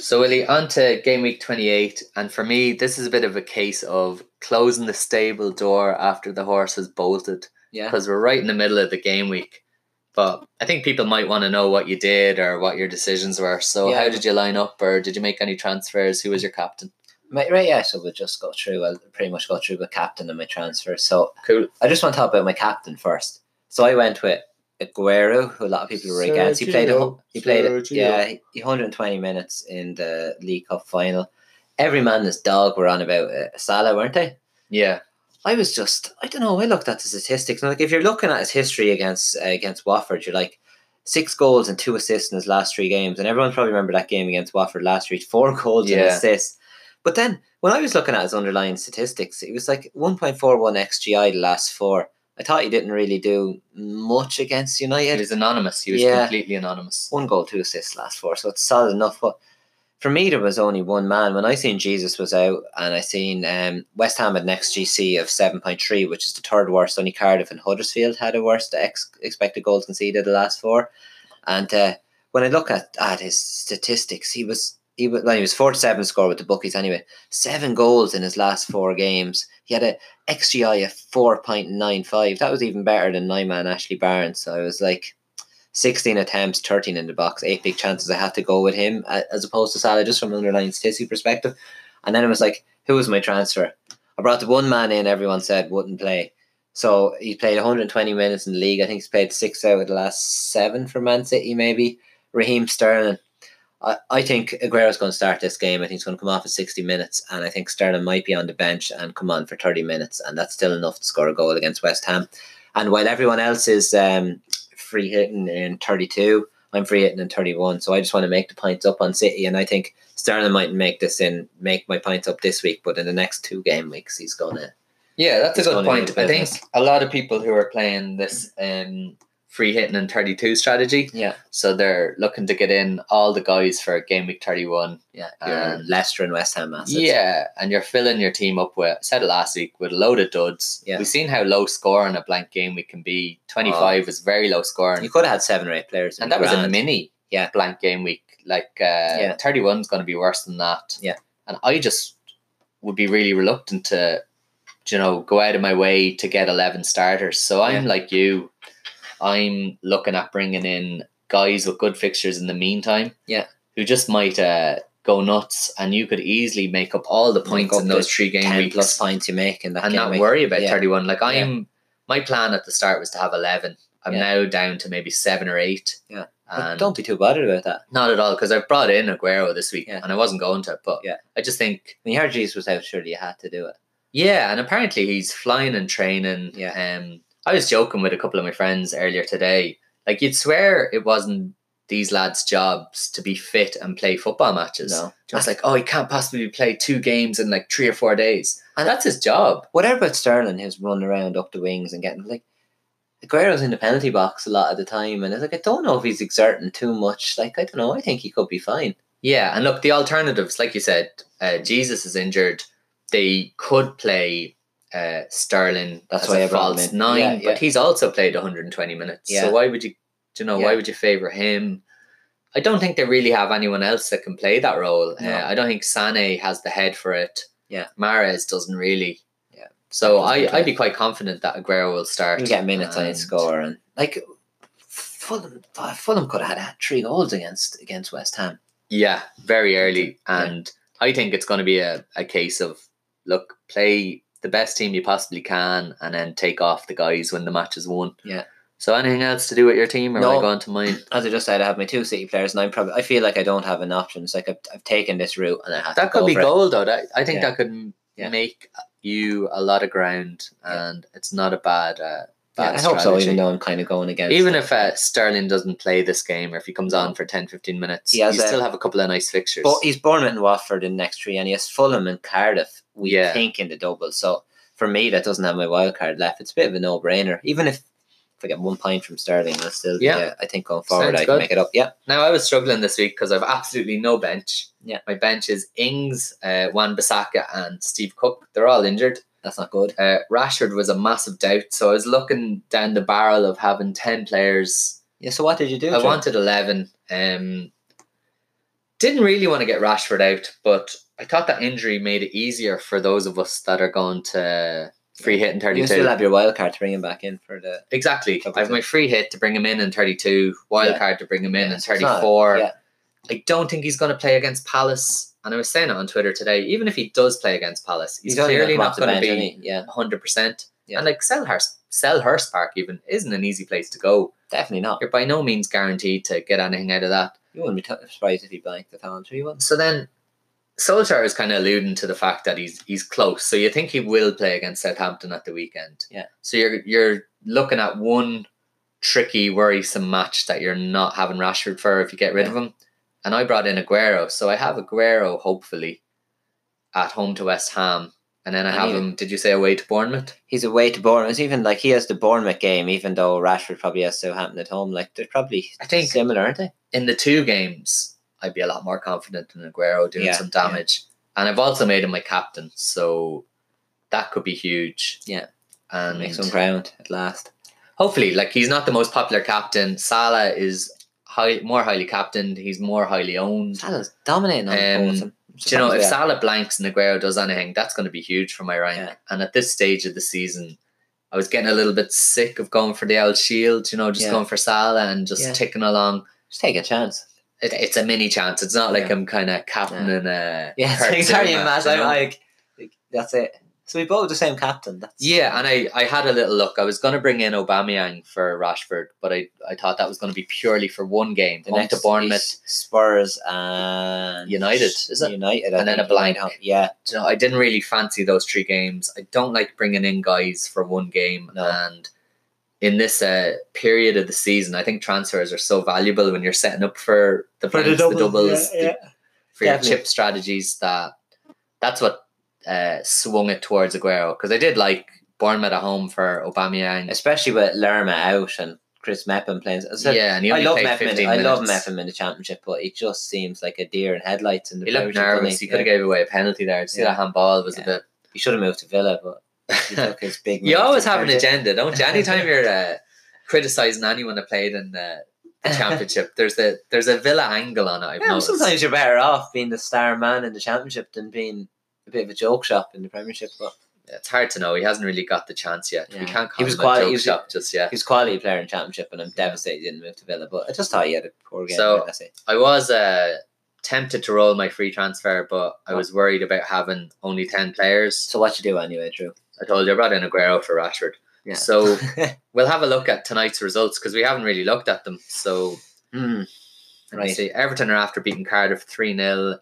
So Willie, on to game week twenty eight, and for me, this is a bit of a case of closing the stable door after the horse has bolted
Yeah.
because we're right in the middle of the game week. But I think people might want to know what you did or what your decisions were. So
Yeah.
how did you line up, or did you make any transfers? Who was your captain?
Right, right, yeah, so we'll just go through. I'll pretty much go through my captain and my transfer. So
Cool.
I just want to talk about my captain first. So I went with Aguero, who a lot of people were against. He played, a, hu-
Sergio,
he played, a-
Sergio.
yeah, he- 120 minutes in the League Cup final. Every man and his dog were on about uh, Salah, weren't they?
Yeah,
I was just, I don't know. I looked at the statistics, and like if you're looking at his history against uh, against Watford, you're like six goals and two assists in his last three games, and everyone probably remember that game against Watford last week, four goals and
Yeah.
assists. But then when I was looking at his underlying statistics, it was like 1.41 xgi the last four. I thought he didn't really do much against
he
United.
was anonymous. He was
Yeah.
completely anonymous.
One goal, two assists last four, so it's solid enough. But for me, there was only one man. When I seen Jesus was out, and I seen um, West Ham had an XGC of seven point three, which is the third worst. Only Cardiff and Huddersfield had a worst ex- expected goals conceded the last four. And uh, when I look at, at his statistics, he was he was well, he was four seven score with the bookies anyway. Seven goals in his last four games. He had a XGI of four point nine five. That was even better than nine man Ashley Barnes. So I was like. 16 attempts, 13 in the box, eight big chances. I had to go with him a- as opposed to Salah, just from an underlying statistic perspective. And then it was like, who was my transfer? I brought the one man in everyone said wouldn't play. So he played 120 minutes in the league. I think he's played six out of the last seven for Man City, maybe. Raheem Sterling. I, I think Aguero's going to start this game. I think he's going to come off at 60 minutes. And I think Sterling might be on the bench and come on for 30 minutes. And that's still enough to score a goal against West Ham. And while everyone else is um, free hitting in 32. I'm free hitting in 31. So I just want to make the points up on City. And I think Sterling might make this in, make my points up this week. But in the next two game weeks, he's going to.
Yeah, that's a
It's
good
gonna be
point. I think
business.
a lot of people who are playing this um, free hitting and 32 strategy,
Yeah.
so they're looking to get in all the guys for game week 31.
Yeah.
Um,
Um, Leicester and West Ham assets.
yeah, and you're filling your team up with, said it last week, with a load of duds.
Yeah.
We've seen how low scoring a blank game we can be. 25 is very low scoring.
You could have had seven or eight players. in
and
the
that was a
grand.
mini
Yeah.
blank game week. Like uh,
Yeah.
31 is going to be worse than that.
Yeah.
And I just would be really reluctant to, you know, go out of my way to get 11 starters. So I'm like you, I'm looking at bringing in guys with good fixtures in the meantime.
Yeah.
Who just might uh, go nuts and you could easily make up all the points
up
in those
the
three game
10
weeks
plus points you make in that
and
game
not
week.
worry about
Yeah.
31. Like
Yeah.
I'm my plan at the start was to have 11. I'm
Yeah.
now down to maybe 7 or 8.
Yeah. But
And
don't be too bothered about that.
not at all because I've brought in Aguero this week
Yeah.
and I wasn't going to, but
Yeah.
I just think
When you heard Jesus was out, surely you had to do it.
yeah, and apparently he's flying and training.
Yeah.
Um, I was joking with a couple of my friends earlier today. Like you'd swear it wasn't these lads' jobs to be fit and play football matches.
No.
I was like, oh, he can't possibly play two games in like three or four days, and that's his job.
Whatever about Sterling, who's running around up the wings and getting like Aguero's in the penalty box a lot of the time, and it's like I don't know if he's exerting too much. Like I don't know, I think he could be fine.
Yeah, and look, the alternatives, like you said, uh, Jesus is injured. They could play uh, Sterling.
That's
as
why
a
I brought him
false
in.
nine,
Yeah, yeah.
but he's also played 120 minutes.
Yeah.
So why would you, do you know,
Yeah.
why would you favor him? I don't think they really have anyone else that can play that role.
No.
Uh, I don't think Sane has the head for it.
Yeah.
Mares doesn't really.
Yeah.
So
Doesn't
I,
play.
I'd be quite confident that Aguero will start.
He can get minutes on his
and-
score, and like Fulham, uh, Fulham could have had three goals against against West Ham.
Yeah, very early.
Yeah.
And I think it's going to be a, a case of look, play the best team you possibly can and then take off the guys when the match is won.
Yeah.
So, anything else to do with your team or am
No.
I going to mine?
As I just said, I have my two City players, and I'm probably I feel like I don't have an option. It's like I've, I've taken this route, and I have
That
to go
could be
for it.
gold, though. That, I think
Yeah.
that could m
Yeah.
make you a lot of ground
Yeah.
and it's not a bad, uh,
Yeah,
bad
I hope so,
strategy.
even though I'm kind of going against.
Even
it.
if uh, Sterling doesn't play this game or if he comes on for 10 15 minutes,
He
you
has a-
still have a couple of nice fixtures.
But he's Bournemouth and Watford in the next three, and he has Fulham and Cardiff. We
Yeah.
think in the double, so for me that doesn't have my wild card left, it's a bit of a no brainer. Even if, if I get one point from Sterling, I'll still
Yeah.
yeah. I think going forward
Sounds
I
good.
can make it up. Yeah.
Now I was struggling this week because I've absolutely no bench.
Yeah.
my bench is Ings, uh, Wan Bissaka, and Steve Cook. They're all injured.
That's not good.
Uh, Rashford was a massive doubt, so I was looking down the barrel of having ten players.
Yeah, so what did you do?
I
Joe?
wanted eleven. Um, didn't really want to get Rashford out, but I thought that injury made it easier for those of us that are going to free hit in
you
thirty-two.
can still have your wild card to bring him back in for the
Exactly.
Double
I have
two.
my free hit to bring him in in 32, wild
Yeah.
card to bring him in
Yeah,
in
it's not-
34.
yeah.
I don't think he's going to play against Palace. And I was saying it on Twitter today, even if he does play against Palace, he's,
only
clearly
come
not
off the
going to
bench,
be
isn't he? yeah,
100%.
Yeah.
And like Selhurst, Selhurst Park even isn't an easy place to go.
definitely not.
You're by no means guaranteed to get anything out of that.
You wouldn't be t- surprised if he blanked the talent three once.
So then Solskjaer is kind of alluding to the fact that he's he's close. So you think he will play against Southampton at the weekend.
Yeah.
So you're you're looking at one tricky, worrisome match that you're not having Rashford for if you get rid of him. And I brought in Aguero. So I have Aguero hopefully at home to West Ham. And then I
I
have
need
him, did you say away to Bournemouth?
He's away to Bournemouth. Even like he has the Bournemouth game, even though Rashford probably has Southampton at home. Like they're probably
I think-
similar, aren't they?
in the two games, I'd be a lot more confident in Aguero doing
Yeah,
some damage. And I've also made him my captain, so that could be huge.
Yeah.
And
Make some ground at last.
hopefully, like he's not the most popular captain. Salah is high, more highly captained. He's more highly owned.
Salah's dominating on
Um,
the um,
Do you know, if Salah blanks and Aguero does anything, that's going to be huge for my rank.
Yeah.
And at this stage of the season, I was getting a little bit sick of going for the old shield, you know, just
Yeah.
going for Salah and just
Yeah.
ticking along.
just take a chance.
it, it's a mini chance. It's not like
Yeah.
I'm kind of captaining uh,
Yeah,
Kurt
it's sorry,
Zuma,
Matt.
you
I'm
know?
like, like, that's it. So we both have the same captain. That's
yeah, and I, I had a little look. I was going to bring in Aubameyang for Rashford, but I, I thought that was going to be purely for one game,
the
home
next
to Bournemouth.
is Spurs and
United, is it?
United, I
And then
think,
a blank.
United home. Yeah,
Do you know, I didn't really fancy those three games. I don't like bringing in guys for one game,
No.
and in this uh, period of the season, I think transfers are so valuable when you're setting up for the blanks, the, doubles, the for
Definitely.
your chip strategies that that's what uh, swung it towards Aguero because I did like Bournemouth at home for Aubameyang.
especially with Lerma out and Chris Meppen playing. I said,
yeah, and he
I
only
love
played
Meppen. in-
15
I love
minutes.
Meppen in the championship, but he just seems like a deer in headlights. In the
He looked
Premiership, doesn't
nervous. He
Yeah.
could have gave away a penalty there. See
Yeah.
that handball was a
He should have moved to Villa, but he
bit.
took his big.
you
move
always
to
have an
Premiership.
agenda, don't you? Anytime you're uh, criticizing anyone that played in the, the championship, there's the there's a Villa angle on it. I've
Yeah, well,
noticed.
sometimes you're better off being the star man in the championship than being a bit of a joke shop in the Premiership. But
it's hard to know. He hasn't really got the chance yet. We
Yeah.
can't call
He was
him a
quite-
joke
he was-
shop just yet.
he was a quality player in championship, and I'm devastated he didn't move to Villa. But I just thought he had a poor game.
So-
that's it.
I was uh, tempted to roll my free transfer, but I was worried about having only 10 players.
So what you do anyway, Drew?
I told you I brought in Aguero for Rashford.
Yeah.
So we'll have a look at tonight's results because we haven't really looked at them. So
Hmm.
let me
Right.
see. Everton are after beating Cardiff 3 0.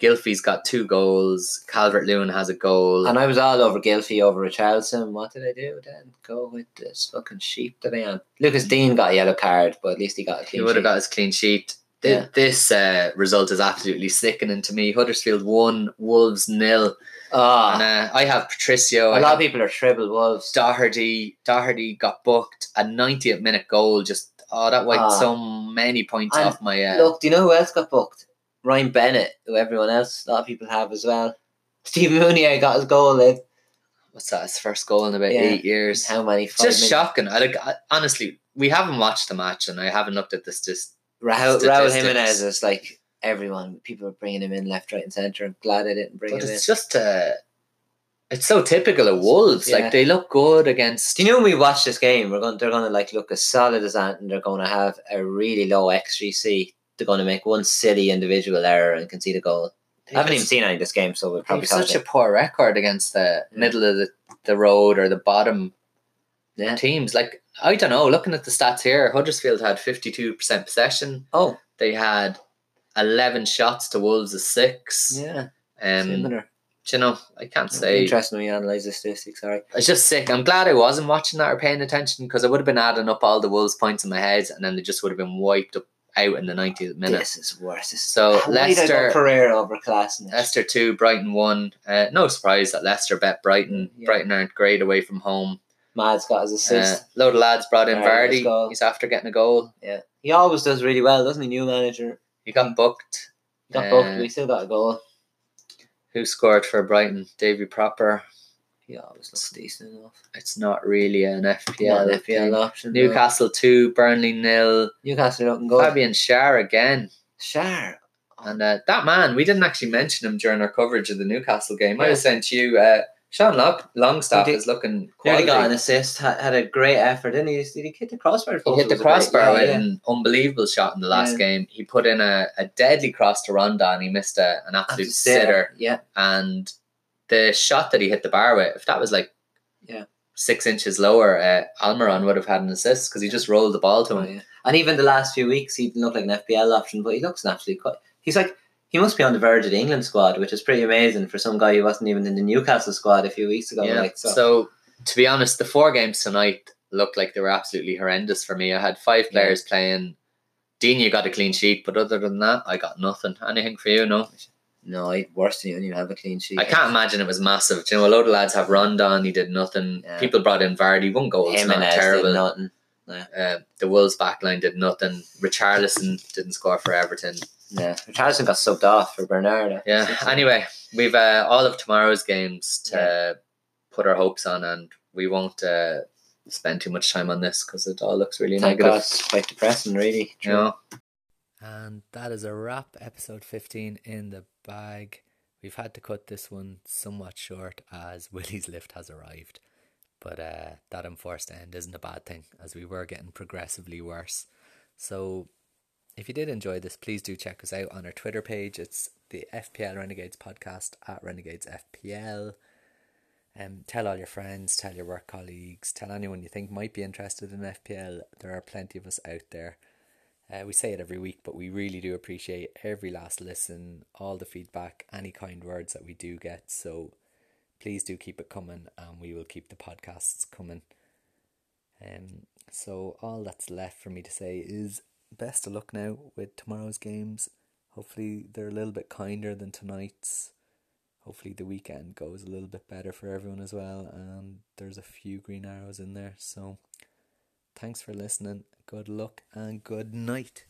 Gilfie's got two goals. Calvert Lewin has a goal.
And I was all over Gilfy over Richarlison. What did I do then? Go with this fucking sheep that I am. Lucas Dean got a yellow card, but at least he got a
he
clean
would have
sheet.
got his clean sheet. Thi-
Yeah.
This uh, result is absolutely sickening to me. Huddersfield 1, Wolves nil.
Ah,
And uh, I have Patricio. I
a lot
have
of people are treble wolves.
Doherty, Doherty got booked a 90th minute goal. Just oh, that wiped
Ah.
so many points
And
off my. Uh,
Look, do you know who else got booked? Ryan Bennett, who everyone else, a lot of people have as well. Steve Mounier got his goal in.
what's that? His first goal in about
Yeah.
eight years.
How many?
It's
five
just
minutes?
shocking. I, like, I, honestly, we haven't watched the match, and I haven't looked at this. Just
Raul, Raul
statistics.
Jimenez is like everyone. People are bringing him in left, right, and centre. I'm glad I didn't bring
but
him in.
it's just uh, it's so typical of Wolves.
Yeah.
Like they look good against.
Do you know when we watch this game, we're going they're gonna like look as solid as that and they're gonna have a really low XGC. They're gonna make one silly individual error and concede a goal.
they
I haven't even
just-
seen any of this game, so we're
they have
probably
such a poor record against the
Yeah.
middle of the, the road or the bottom
Yeah.
teams. Like I don't know. Looking at the stats here, Huddersfield had fifty two percent possession.
Oh
they had 11 shots to Wolves' a six.
yeah.
Um, do
similar.
you know, I can't say.
Interesting when you analyse the statistics, all right.
It's just sick. I'm glad I wasn't watching that or paying attention because I would have been adding up all the Wolves points in my head and then they just would have been wiped up out in the 90th minute.
This is worse. This
So
Why did I go
Leicester-
Pereira over class.
Leicester 2, Brighton 1. Uh, no surprise that Leicester bet Brighton.
Yeah.
Brighton aren't great away from home.
Mad's got his
Uh,
assist.
load of lads brought in
Alright, let's
Vardy.
go.
He's after getting a goal.
yeah, he always does really well, doesn't he? New manager.
He got booked.
He got
Uh,
booked, but he still got a goal.
Who scored for Brighton? Davy Proper.
He always looks decent enough.
It's not really an
Not
FPL.
an FPL
thing.
option. though.
Newcastle 2, Burnley nil.
Newcastle looking good.
Fabian Schär again.
Shar.
And uh, that man, we didn't actually mention him during our coverage of the Newcastle game. I
Yeah.
was sent you. Uh, Sean Lock, Longstaff
He did-
is looking
Nearly
quality.
got an assist. Had, had a great effort, didn't he? Did he hit the crossbar?
He hit the crossbar with an unbelievable shot in the last
Yeah.
game. He put in a, a deadly cross to Rondon. He missed a, an absolute sitter.
Yeah,
And the shot that he hit the bar with, if that was like
Yeah.
six inches lower, uh, Almiron would have had an assist because he just rolled the ball to
oh,
him.
yeah. And even the last few weeks, he didn't look like an FPL option, but he looks an absolute. cut. He's like he must be on the verge of the England squad, which is pretty amazing for some guy who wasn't even in the Newcastle squad a few weeks ago.
Yeah.
Like, so,
so. to be honest, the four games tonight looked like they were absolutely horrendous for me. I had five
Yeah.
players playing. Dean, you got a clean sheet, but other than that, I got nothing. Anything for you? No.
no, I- worse than you, you have a clean sheet.
I can't imagine it was massive. Do you know, a load of lads have Rondon. He did nothing.
Yeah.
People brought in Vardy. One goal is not
Jimenez
terrible.
did nothing.
Uh, the Wolves backline did nothing. Richarlison didn't score for Everton.
Yeah, Richardson got subbed off for Bernard. after
Yeah.
six.
Anyway, we've uh, all of tomorrow's games to put our hopes on, and we won't uh, spend too much time on this because it all looks really
Thank God,
negative.
it's quite depressing, really.
You know? And that is a wrap. Episode 15 in the bag. We've had to cut this one somewhat short as Willie's lift has arrived. But uh, that enforced end isn't a bad thing as we were getting progressively worse. So if you did enjoy this, please do check us out on our Twitter page. It's the FPL Renegades podcast at Renegades FPL. Um, tell all your friends, tell your work colleagues, tell anyone you think might be interested in FPL. There are plenty of us out there. Uh, we say it every week, but we really do appreciate every last listen, all the feedback, any kind words that we do get. So please do keep it coming, and we will keep the podcasts coming. Um, so all that's left for me to say is best of luck now with tomorrow's games. Hopefully they're a little bit kinder than tonight's. Hopefully the weekend goes a little bit better for everyone as well, and there's a few green arrows in there. So. Thanks for listening. Good luck and good night.